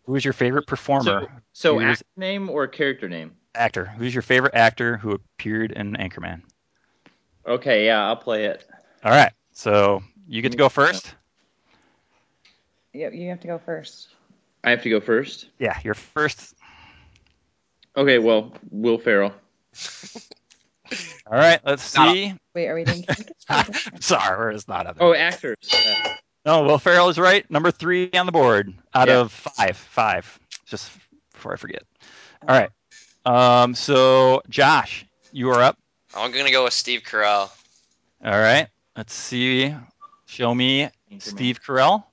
[SPEAKER 2] Who is your favorite performer?
[SPEAKER 8] Oh. So
[SPEAKER 2] who's
[SPEAKER 8] act name or character name?
[SPEAKER 2] actor? Who's your favorite actor who appeared in Anchorman?
[SPEAKER 8] Okay, yeah, I'll play it.
[SPEAKER 2] All right. So you get to go first.
[SPEAKER 6] You, you have to go first.
[SPEAKER 8] I have to go first.
[SPEAKER 2] Yeah, you're first.
[SPEAKER 8] Okay, well, Will Ferrell.
[SPEAKER 2] All right. Let's see.
[SPEAKER 6] Wait, are we doing?
[SPEAKER 2] Sorry, we're just not up.
[SPEAKER 8] Oh, actors. Uh,
[SPEAKER 2] No, Will Ferrell is right. Number three on the board out
[SPEAKER 8] Yeah.
[SPEAKER 2] of five. Five. Just before I forget. All right. Um, so Josh, you are up.
[SPEAKER 4] I'm gonna go with Steve Carell.
[SPEAKER 2] All right. Let's see. Show me Steve Carell.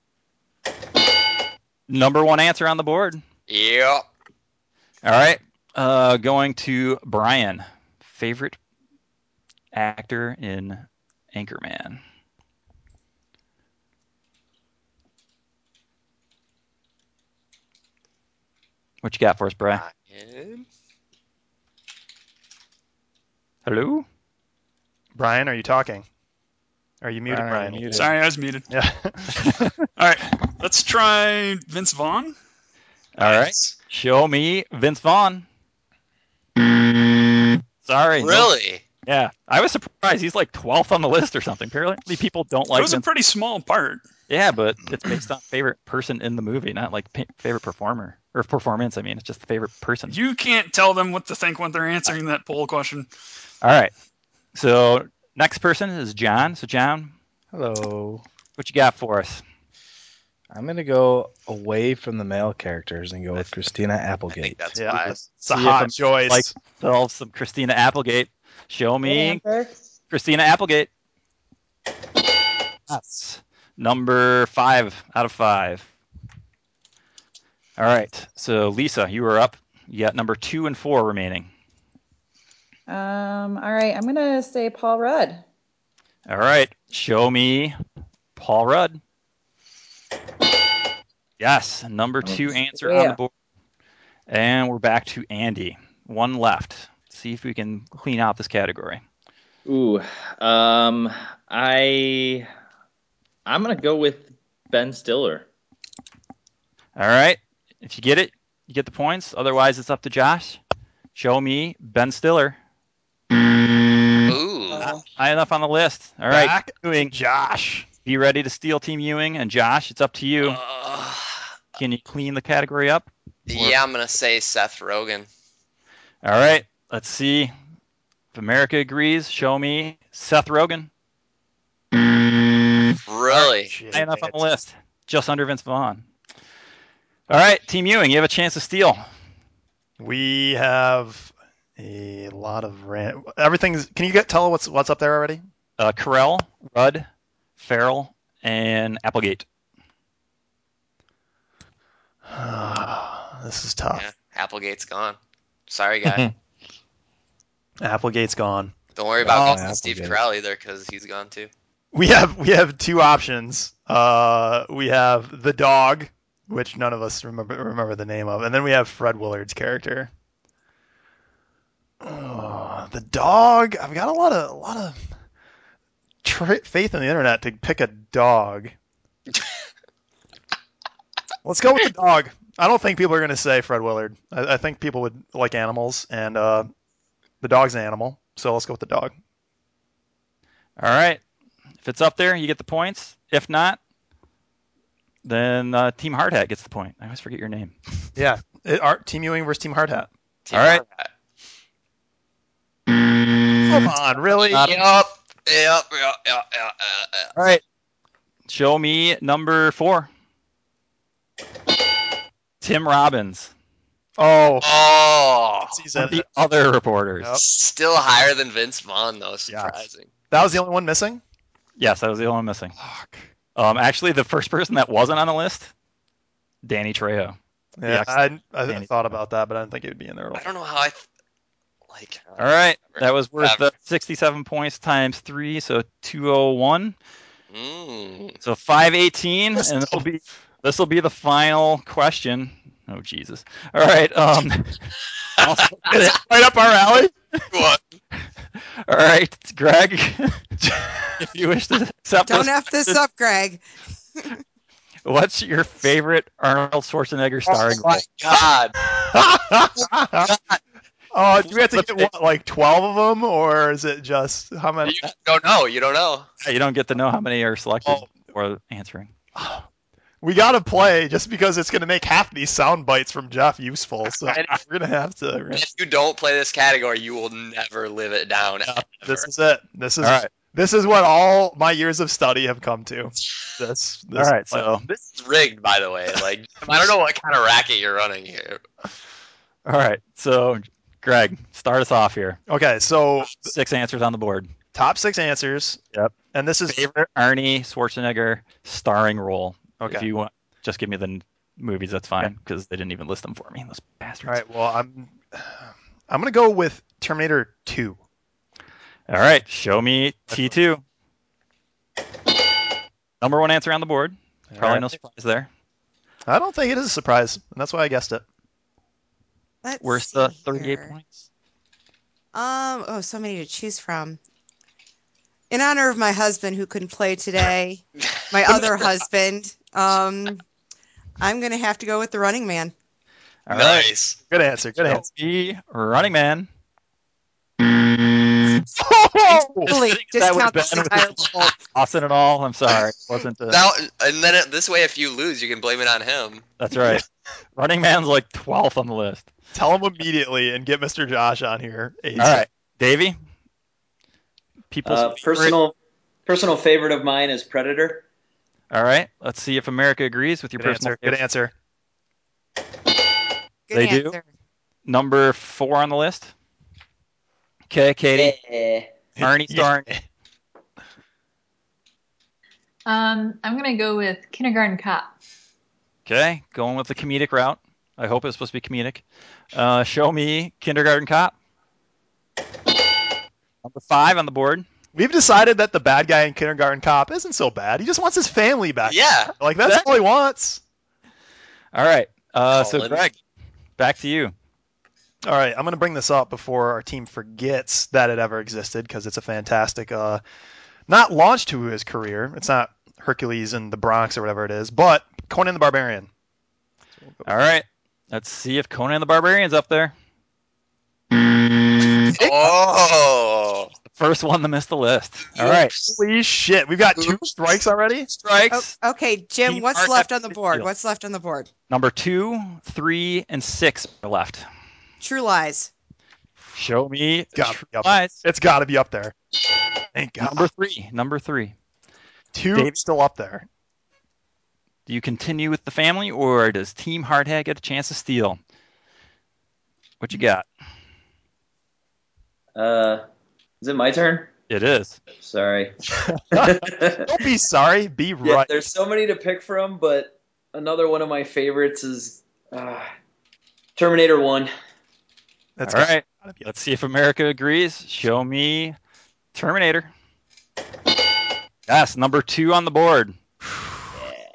[SPEAKER 2] Number one answer on the board.
[SPEAKER 4] Yep.
[SPEAKER 2] All right. Uh, going to Brian. Favorite actor in Anchorman. What you got for us, Brian? Hello?
[SPEAKER 1] Brian, are you talking? Are you muted, Brian?
[SPEAKER 7] Sorry, I was muted.
[SPEAKER 1] Yeah.
[SPEAKER 7] All right, let's try Vince Vaughn.
[SPEAKER 2] All right. Show me Vince Vaughn. Sorry. no-
[SPEAKER 4] Really?
[SPEAKER 2] Yeah. I was surprised. He's like 12th on the list or something. Apparently, people don't
[SPEAKER 7] it
[SPEAKER 2] like
[SPEAKER 7] was a
[SPEAKER 2] Vince.
[SPEAKER 7] pretty small part.
[SPEAKER 2] Yeah, but it's based on favorite person in the movie, not like pa- favorite performer or performance. I mean, it's just the favorite person.
[SPEAKER 7] You can't tell them what to think when they're answering that poll question.
[SPEAKER 2] All right. So next person is John. So John,
[SPEAKER 5] Hello.
[SPEAKER 2] what you got for us?
[SPEAKER 5] I'm gonna go away from the male characters and go with Christina Applegate.
[SPEAKER 4] That's
[SPEAKER 1] Yeah, it's
[SPEAKER 2] See
[SPEAKER 1] a
[SPEAKER 2] if I'm-
[SPEAKER 1] hot choice.
[SPEAKER 2] Like solve some Christina Applegate. Show me Christina Applegate. Yes. Number five out of five. All right. So Lisa, you are up. You got number two and four remaining.
[SPEAKER 6] Um. All right. I'm gonna say Paul Rudd.
[SPEAKER 2] All right. Show me Paul Rudd. Yes. Number two answer on
[SPEAKER 6] Yeah.
[SPEAKER 2] the board. And we're back to Andy. One left. See if we can clean out this category.
[SPEAKER 8] ooh, um, I, I'm gonna go with Ben Stiller.
[SPEAKER 2] All right. If you get it, you get the points. Otherwise, it's up to Josh. Show me Ben Stiller.
[SPEAKER 4] Ooh.
[SPEAKER 9] Uh,
[SPEAKER 2] High enough on the list. All right.
[SPEAKER 1] Back
[SPEAKER 2] Ewing.
[SPEAKER 1] Josh.
[SPEAKER 2] Be ready to steal Team Ewing. And Josh, it's up to you.
[SPEAKER 4] Uh.
[SPEAKER 2] Can you clean the category up?
[SPEAKER 4] Yeah, I'm gonna say Seth Rogen.
[SPEAKER 2] All right. Let's see. If America agrees, show me Seth Rogen.
[SPEAKER 4] Really?
[SPEAKER 2] High enough on the list. Just under Vince Vaughn. All right, Team Ewing, you have a chance to steal.
[SPEAKER 1] We have a lot of ran- everything's. Can you get tell what's what's up there already?
[SPEAKER 2] Uh, Carell, Rudd, Farrell, and Applegate.
[SPEAKER 1] this is tough.
[SPEAKER 4] Yeah, Applegate's gone. Sorry, guy.
[SPEAKER 1] Applegate's gone.
[SPEAKER 4] Don't worry about
[SPEAKER 1] Oh,
[SPEAKER 4] Steve
[SPEAKER 1] Applegate.
[SPEAKER 4] Carell either, because he's gone too.
[SPEAKER 1] We have we have two options. Uh, we have the dog, which none of us remember remember the name of, and then we have Fred Willard's character. Oh, the dog. I've got a lot of a lot of tra- faith in the internet to pick a dog. Let's go with the dog. I don't think people are going to say Fred Willard. I, I think people would like animals, and uh, the dog's an animal, so let's go with the dog.
[SPEAKER 2] All right. If it's up there, you get the points. If not, then uh, Team Hard Hat gets the point. I always forget your name.
[SPEAKER 1] Yeah, it, our, Team Ewing versus Team Hard Hat.
[SPEAKER 2] All right.
[SPEAKER 1] Come on, really?
[SPEAKER 2] Mm-hmm. Not-
[SPEAKER 4] Yep, yep, yep, yep.
[SPEAKER 2] All right. Show me number four. Tim Robbins.
[SPEAKER 1] Oh,
[SPEAKER 4] Oh,
[SPEAKER 2] One of the other reporters.
[SPEAKER 4] still higher than Vince Vaughn though. Surprising.
[SPEAKER 1] that was the only one missing.
[SPEAKER 2] Yes, that was the only one missing. Um, actually, the first person that wasn't on the list, Danny
[SPEAKER 1] Yeah,
[SPEAKER 2] Trejo. The ex-
[SPEAKER 1] I, I thought about that, but I didn't think it would be in there. At all.
[SPEAKER 4] I don't know how I. Th-
[SPEAKER 2] All right, that was worth the 67 points times three, so 201.
[SPEAKER 4] Mm.
[SPEAKER 2] So 518, and this will be this will be the final question. Oh Jesus! All right, um,
[SPEAKER 1] right up our alley.
[SPEAKER 4] What?
[SPEAKER 2] All right, Greg, if you wish to accept
[SPEAKER 9] Don't
[SPEAKER 2] this
[SPEAKER 9] F this up, Greg.
[SPEAKER 2] what's your favorite Arnold Schwarzenegger starring
[SPEAKER 4] my God.
[SPEAKER 1] oh, do we have to get what, like twelve of them, or is it just how many?
[SPEAKER 4] don't know. You don't know.
[SPEAKER 2] You don't get to know how many are selected or answering.
[SPEAKER 1] We gotta play just because it's gonna make half these sound bites from Jeff useful. So we're gonna have to. we're gonna-
[SPEAKER 4] If you don't play this category, you will never live it down.
[SPEAKER 1] This is it. This is
[SPEAKER 2] All right.
[SPEAKER 1] this is what all my years of study have come to. This. this
[SPEAKER 2] All right, so
[SPEAKER 4] This is rigged, by the way. Like I don't know what kind of racket you're running here.
[SPEAKER 2] all right, so Greg, start us off here.
[SPEAKER 1] Okay, so
[SPEAKER 2] Six answers on the board.
[SPEAKER 1] top six answers.
[SPEAKER 2] Yep.
[SPEAKER 1] And this is
[SPEAKER 2] favorite Arnie Schwarzenegger starring role.
[SPEAKER 1] Okay.
[SPEAKER 2] If you want, just give me the n- movies. That's fine because they didn't even list them for me. Those bastards.
[SPEAKER 1] All right. Well, I'm I'm gonna go with Terminator Two.
[SPEAKER 2] All right, show me T two. Number one answer on the board. Probably
[SPEAKER 1] right.
[SPEAKER 2] no surprise there.
[SPEAKER 1] I don't think it is a surprise, and that's why I guessed it.
[SPEAKER 9] Let's
[SPEAKER 2] Where's
[SPEAKER 9] see
[SPEAKER 2] the 38
[SPEAKER 9] here.
[SPEAKER 2] points?
[SPEAKER 9] Um, oh, so many to choose from. In honor of my husband who couldn't play today, my other husband, um, I'm going to have to go with the running man.
[SPEAKER 2] All right.
[SPEAKER 4] nice.
[SPEAKER 1] Good answer. Good
[SPEAKER 2] Show
[SPEAKER 1] answer.
[SPEAKER 2] me Running Man.
[SPEAKER 9] Totally
[SPEAKER 2] that would have
[SPEAKER 9] discount this
[SPEAKER 2] been
[SPEAKER 9] entire
[SPEAKER 2] with Austin and all. I'm sorry. It wasn't uh,
[SPEAKER 4] Now, and then it, this way, if you lose, you can blame it on him.
[SPEAKER 2] That's right. Running Man's like 12th on the list.
[SPEAKER 1] Tell him immediately and get Mr. Josh on here.
[SPEAKER 2] All right, Davey. People's
[SPEAKER 11] Uh,
[SPEAKER 2] favorite-
[SPEAKER 11] personal personal favorite of mine is Predator.
[SPEAKER 2] All right, let's see if America agrees with your
[SPEAKER 1] Good
[SPEAKER 2] personal.
[SPEAKER 1] answer. Good answer.
[SPEAKER 9] Good
[SPEAKER 2] They do?
[SPEAKER 9] answer.
[SPEAKER 2] Number four on the list. Okay, Katie.
[SPEAKER 11] Eh.
[SPEAKER 2] Arnie starring.
[SPEAKER 10] Um, I'm gonna go with Kindergarten Cop.
[SPEAKER 2] Okay, going with the comedic route. I hope it's supposed to be comedic. Uh, show me Kindergarten Cop. Number five on the board.
[SPEAKER 1] We've decided that the bad guy in Kindergarten Cop isn't so bad. He just wants his family back.
[SPEAKER 4] Yeah.
[SPEAKER 1] Like that's all he wants.
[SPEAKER 2] All right. Uh, so
[SPEAKER 4] Solid.
[SPEAKER 2] Greg, back to you.
[SPEAKER 1] All right, I'm going to bring this up before our team forgets that it ever existed because it's a fantastic, uh, not launch to his career. It's not Hercules in the Bronx or whatever it is, but Conan the Barbarian.
[SPEAKER 2] All right. Let's see if Conan the Barbarian's up there.
[SPEAKER 4] Oh,
[SPEAKER 2] The First one to miss the list. All right.
[SPEAKER 1] Holy shit, we've got two strikes already.
[SPEAKER 2] Strikes.
[SPEAKER 9] O- Oh, okay, Jim,
[SPEAKER 2] Team
[SPEAKER 9] what's
[SPEAKER 2] Arc
[SPEAKER 9] left
[SPEAKER 2] up
[SPEAKER 9] on the board?
[SPEAKER 2] field.
[SPEAKER 9] What's left on the board?
[SPEAKER 2] Number two, three, and six are left.
[SPEAKER 9] True Lies.
[SPEAKER 2] Show me.
[SPEAKER 1] Gotta be up. It's got to be up there. Thank God.
[SPEAKER 2] Number three. Number three.
[SPEAKER 1] Two
[SPEAKER 2] Dave-
[SPEAKER 1] still up there.
[SPEAKER 2] Do you continue with the family, or does Team Hard Hat get a chance to steal? What you got?
[SPEAKER 11] Uh, is it my turn?
[SPEAKER 2] It is.
[SPEAKER 11] Sorry.
[SPEAKER 1] Don't be sorry. Be
[SPEAKER 11] Yeah,
[SPEAKER 1] right.
[SPEAKER 11] there's so many to pick from, but another one of my favorites is uh, Terminator One.
[SPEAKER 1] That's
[SPEAKER 2] All right. Let's see if America agrees. Show me Terminator. Yes, number two on the board.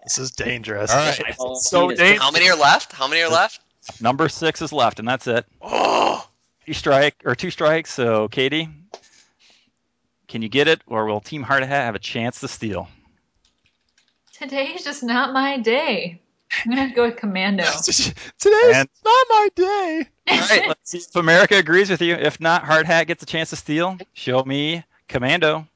[SPEAKER 1] This is dangerous.
[SPEAKER 2] All right.
[SPEAKER 1] So dangerous.
[SPEAKER 4] How many are left? How many are left?
[SPEAKER 2] Number six is left, and that's it.
[SPEAKER 4] Oh,
[SPEAKER 2] Three strike or two strikes. So Katie, can you get it, or will Team Hard Hat have a chance to steal?
[SPEAKER 10] Today's just not my day. I'm gonna have to go with Commando.
[SPEAKER 1] Today's
[SPEAKER 2] And-
[SPEAKER 1] not my day.
[SPEAKER 2] All right, let's see if America agrees with you. If not, Hard Hat gets a chance to steal. Show me Commando.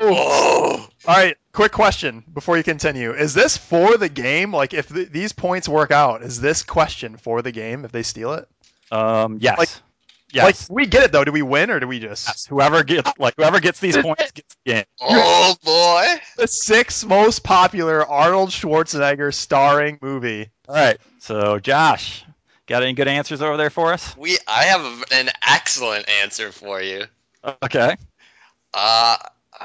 [SPEAKER 1] Whoa. All right, quick question before you continue. Is this for the game? Like, if th- these points work out, is this question for the game if they steal it?
[SPEAKER 2] Um, yes,
[SPEAKER 1] Like-
[SPEAKER 2] yes.
[SPEAKER 1] Like, we get it, though. Do we win or do we just.
[SPEAKER 2] whoever gets like whoever gets these points gets the game.
[SPEAKER 4] oh boy.
[SPEAKER 1] The sixth most popular Arnold Schwarzenegger starring movie.
[SPEAKER 2] All right. So Josh, got any good answers over there for us?
[SPEAKER 4] We I have a- an excellent answer for you.
[SPEAKER 2] Okay.
[SPEAKER 4] Uh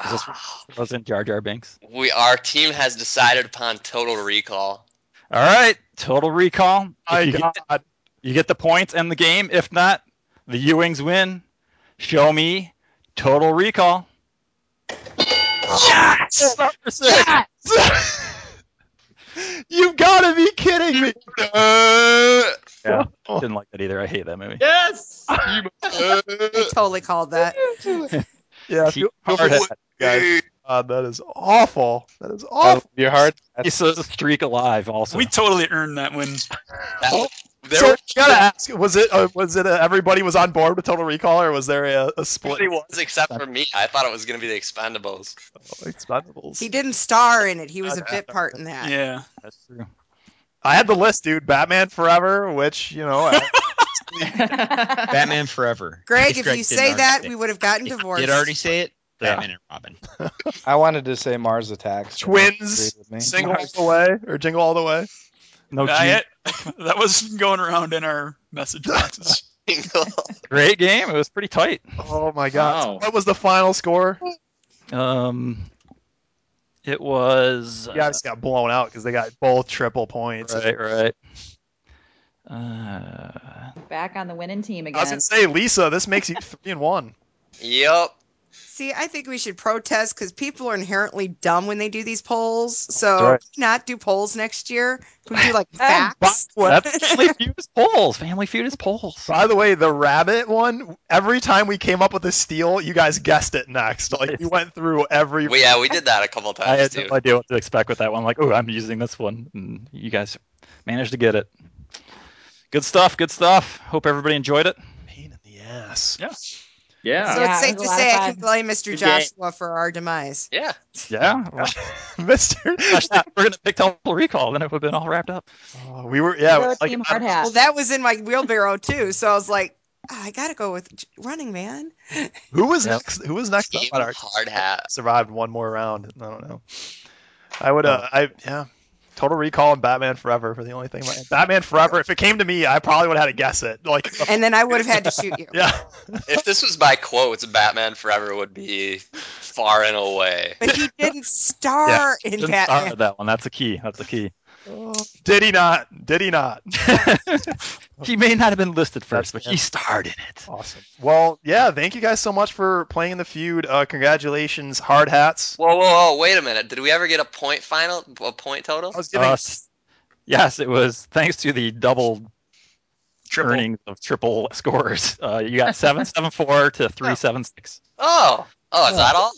[SPEAKER 2] Is this- wasn't Jar Jar Binks?
[SPEAKER 4] we our team has decided upon total recall.
[SPEAKER 2] All right. Total Recall. If
[SPEAKER 1] My
[SPEAKER 2] you,
[SPEAKER 1] God.
[SPEAKER 2] get, you get the points and the game. If not, the Ewings win. Show me Total Recall.
[SPEAKER 4] Yes!
[SPEAKER 2] Number six.
[SPEAKER 1] You've got to be kidding me.
[SPEAKER 4] Uh,
[SPEAKER 2] Yeah, didn't like that either. I hate that movie.
[SPEAKER 11] Yes.
[SPEAKER 4] Uh,
[SPEAKER 9] I totally called that.
[SPEAKER 1] Yeah, feel, feel free
[SPEAKER 2] Hard
[SPEAKER 4] uh,
[SPEAKER 1] to- guys. God, that is awful. That
[SPEAKER 4] Oh,
[SPEAKER 1] is
[SPEAKER 8] Oh!
[SPEAKER 1] awful.
[SPEAKER 5] Your heart.
[SPEAKER 2] He's a streak alive. Also,
[SPEAKER 7] We totally earned that win.
[SPEAKER 4] That was- there
[SPEAKER 1] so,
[SPEAKER 4] were-
[SPEAKER 1] gotta ask: Was it uh was it a, everybody was on board with Total Recall, or was there a, a split?
[SPEAKER 4] Nobody was except for me. I thought it was going to be the Expendables.
[SPEAKER 1] Oh, Expendables.
[SPEAKER 9] He didn't star in it. He was a bit part in that.
[SPEAKER 7] Yeah.
[SPEAKER 2] that's true.
[SPEAKER 1] I had the list, dude. Batman Forever, which you know, I-
[SPEAKER 3] Batman Forever.
[SPEAKER 9] Greg, if you
[SPEAKER 3] didn't
[SPEAKER 9] say
[SPEAKER 3] already
[SPEAKER 9] that,
[SPEAKER 3] say
[SPEAKER 9] we
[SPEAKER 3] it.
[SPEAKER 9] would have gotten
[SPEAKER 3] If you
[SPEAKER 9] divorced.
[SPEAKER 3] Did already say it?
[SPEAKER 2] Yeah.
[SPEAKER 3] Batman and Robin.
[SPEAKER 5] I wanted to say Mars Attacks. but
[SPEAKER 1] Twins.
[SPEAKER 5] you agreed with me.
[SPEAKER 1] Single All the Way or Jingle All the Way.
[SPEAKER 2] No,
[SPEAKER 7] I
[SPEAKER 2] Gene-
[SPEAKER 7] had- that was going around in our message boxes.
[SPEAKER 2] great game. It was pretty tight.
[SPEAKER 1] Oh my God!
[SPEAKER 8] Wow.
[SPEAKER 1] What was the final score?
[SPEAKER 2] Um, it was.
[SPEAKER 1] Yeah, I just got blown out because they got both triple points.
[SPEAKER 2] right, right. Uh,
[SPEAKER 10] Back on the winning team
[SPEAKER 1] I was gonna say, Lisa, this makes you three and one.
[SPEAKER 4] yep.
[SPEAKER 9] See, I think we should protest because people are inherently dumb when they do these polls. So can
[SPEAKER 2] right.
[SPEAKER 9] we not do polls next year. Can we do like
[SPEAKER 2] By
[SPEAKER 9] facts.
[SPEAKER 2] the way, That's Family Feud is polls. Family Feud is polls.
[SPEAKER 1] By the way, the rabbit one. Every time we came up with a steal, you guys guessed it next. Like you went through every.
[SPEAKER 4] Well, yeah, we did that a couple times
[SPEAKER 2] I had
[SPEAKER 4] too.
[SPEAKER 2] no idea what to expect with that one. Like, oh, I'm using this one. And you guys managed to get it. Good stuff. Good stuff. Hope everybody enjoyed it.
[SPEAKER 1] pain in the ass.
[SPEAKER 9] So
[SPEAKER 8] Yeah.
[SPEAKER 10] Yeah,
[SPEAKER 9] it's
[SPEAKER 10] it
[SPEAKER 9] safe
[SPEAKER 10] was
[SPEAKER 9] to
[SPEAKER 10] a lot
[SPEAKER 9] say
[SPEAKER 10] of
[SPEAKER 9] I can
[SPEAKER 10] fun.
[SPEAKER 9] blame Mr.
[SPEAKER 11] Good
[SPEAKER 9] Joshua for our demise.
[SPEAKER 4] yeah.
[SPEAKER 2] Yeah.
[SPEAKER 1] Mister.
[SPEAKER 2] Gosh, if we're gonna pick Total Recall, then it would have been all wrapped up.
[SPEAKER 1] Oh, we were yeah.
[SPEAKER 10] Go
[SPEAKER 1] like,
[SPEAKER 10] Team
[SPEAKER 1] I-
[SPEAKER 10] Hard Hat.
[SPEAKER 9] Well, that was in my wheelbarrow too. So I was like, "Ah, I gotta go with J- Running Man.
[SPEAKER 1] who was
[SPEAKER 2] Yep.
[SPEAKER 1] next? Who was next up
[SPEAKER 4] Team
[SPEAKER 1] on our
[SPEAKER 4] hard hat.
[SPEAKER 1] survived one more round? I don't know. I would. Uh,
[SPEAKER 4] Oh.
[SPEAKER 1] I yeah. Total Recall and Batman Forever for the only thing. Batman Forever. If it came to me, I probably would have had to guess it. Like
[SPEAKER 9] And then I would have had to shoot you.
[SPEAKER 1] yeah.
[SPEAKER 4] If this was by quotes, Batman Forever would be far and away.
[SPEAKER 9] But he didn't star in
[SPEAKER 2] Didn't
[SPEAKER 9] Batman.
[SPEAKER 2] start that one. That's a key. That's a key.
[SPEAKER 1] Did he not? Did he not?
[SPEAKER 2] he may not have been listed
[SPEAKER 1] That's-
[SPEAKER 2] first, but he starred in it.
[SPEAKER 1] Awesome. Well, yeah. Thank you guys so much for playing in the feud. Uh, congratulations, hard hats.
[SPEAKER 4] Whoa, whoa, whoa! Wait a minute. Did we ever get a point final? A point total?
[SPEAKER 1] I was giving.
[SPEAKER 2] Uh, s- yes, it was thanks to the double
[SPEAKER 7] Triple.
[SPEAKER 2] earnings of triple scores. Uh, you got seven seven four to three seven six.
[SPEAKER 4] Oh, oh, is that all?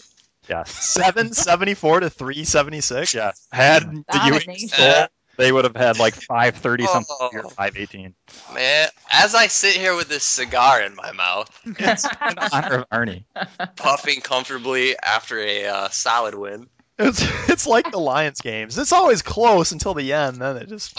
[SPEAKER 2] Yes,
[SPEAKER 1] 774 to 376.
[SPEAKER 2] yes. Had the
[SPEAKER 10] Domination.
[SPEAKER 2] Ewing stole They would have had like
[SPEAKER 4] Oh.
[SPEAKER 2] 530 something or 518
[SPEAKER 4] Man, as I sit here with this cigar in my mouth,
[SPEAKER 2] in honor of Arnie.
[SPEAKER 4] puffing comfortably after a uh, solid win.
[SPEAKER 1] It's it's like the Lions games. It's always close until the end, then it just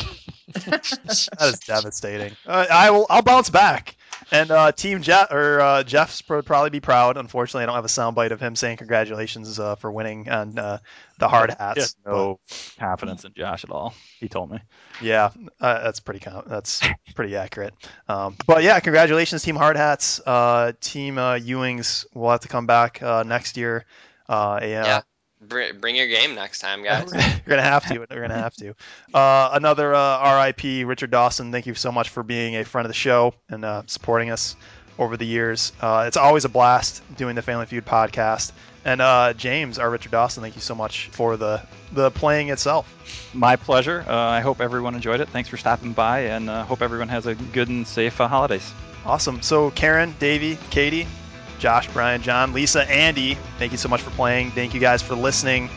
[SPEAKER 1] that is devastating. Uh, I will I'll bounce back. And uh, Team Jeff or uh, Jeff's would probably be proud. Unfortunately, I don't have a soundbite of him saying congratulations uh, for winning on uh, the hard hats.
[SPEAKER 2] Just no confidence in Josh at all. He told me.
[SPEAKER 1] Yeah, uh, that's pretty com- that's pretty accurate. Um, but yeah, congratulations, Team Hard Hats. Uh, Team uh, Ewings will have to come back uh, next year. Uh, yeah,
[SPEAKER 4] Br- bring your game next time, guys.
[SPEAKER 1] You're gonna have to. You're gonna have to. Uh, another uh, RIP, Richard Dawson. Thank you so much for being a friend of the show and uh, supporting us over the years. Uh, it's always a blast doing the Family Feud podcast. And uh, James, our Richard Dawson, thank you so much for the the playing itself.
[SPEAKER 2] My pleasure. Uh, I hope everyone enjoyed it. Thanks for stopping by, and uh, hope everyone has a good and safe uh, holidays.
[SPEAKER 1] Awesome. So Karen, Davey, Katie, Josh, Brian, John, Lisa, Andy, thank you so much for playing. Thank you guys for listening.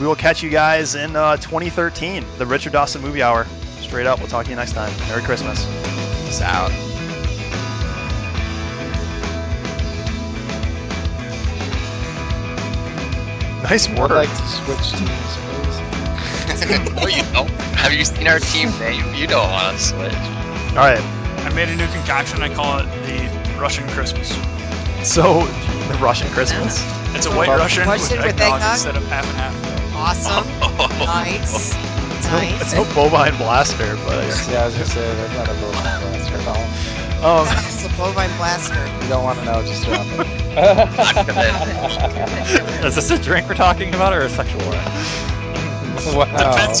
[SPEAKER 1] We will catch you guys in uh, 2013, the Richard Dawson Movie Hour. Straight up. We'll talk to you next time. Merry Christmas.
[SPEAKER 4] Peace out.
[SPEAKER 1] Nice work.
[SPEAKER 5] I'd like to switch teams, please.
[SPEAKER 4] no, you don't. Have you seen our team name? You don't want to switch.
[SPEAKER 1] All right.
[SPEAKER 7] I made a new concoction. I call it the Russian Christmas.
[SPEAKER 1] So the Russian Christmas.
[SPEAKER 7] It's a white
[SPEAKER 1] Love-
[SPEAKER 7] Russian
[SPEAKER 9] Russian
[SPEAKER 7] with
[SPEAKER 9] with
[SPEAKER 7] eggnog,
[SPEAKER 9] eggnog?
[SPEAKER 7] instead of half and half.
[SPEAKER 9] Awesome. Nice.
[SPEAKER 1] It's no,
[SPEAKER 9] Nice.
[SPEAKER 1] it's no bovine blaster, but
[SPEAKER 5] Yeah, I was gonna say that's not a bovine blaster at all.
[SPEAKER 1] um,
[SPEAKER 9] That's a bovine blaster.
[SPEAKER 5] You don't want to know, just drop it.
[SPEAKER 2] Is this a drink we're talking about, or a sexual one?
[SPEAKER 7] Depends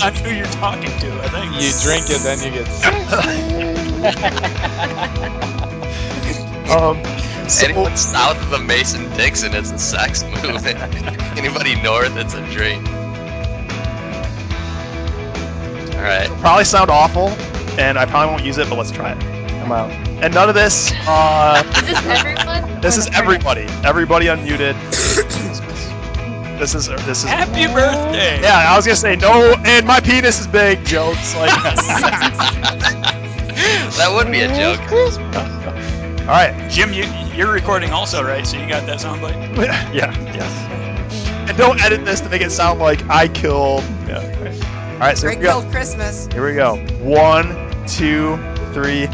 [SPEAKER 5] wow.
[SPEAKER 7] on who you're talking to, I think.
[SPEAKER 5] You drink it, then you get sick.
[SPEAKER 1] um, so-
[SPEAKER 4] Anyone south of the Mason Dixon is a sex movement. Anybody north, it's a drink. All right.
[SPEAKER 1] probably sound awful, and I probably won't use it, but let's try it.
[SPEAKER 5] I'm out.
[SPEAKER 1] And none of this. Uh,
[SPEAKER 10] Is this everyone?
[SPEAKER 1] this
[SPEAKER 10] Or
[SPEAKER 1] is
[SPEAKER 10] the first-
[SPEAKER 1] everybody. Everybody unmuted. this is this is.
[SPEAKER 7] Happy birthday!
[SPEAKER 1] Yeah, I was gonna say no, and my penis is big. Jokes like.
[SPEAKER 4] that would be a joke.
[SPEAKER 1] All right.
[SPEAKER 7] Jim, you, you're recording also, right? So you got that soundbite?
[SPEAKER 1] Yeah.
[SPEAKER 2] Yes.
[SPEAKER 1] And don't edit this to make it sound like I killed. Yeah. All right. So
[SPEAKER 9] Great
[SPEAKER 1] here we go.
[SPEAKER 9] killed Christmas.
[SPEAKER 1] Here we go. One, two, three.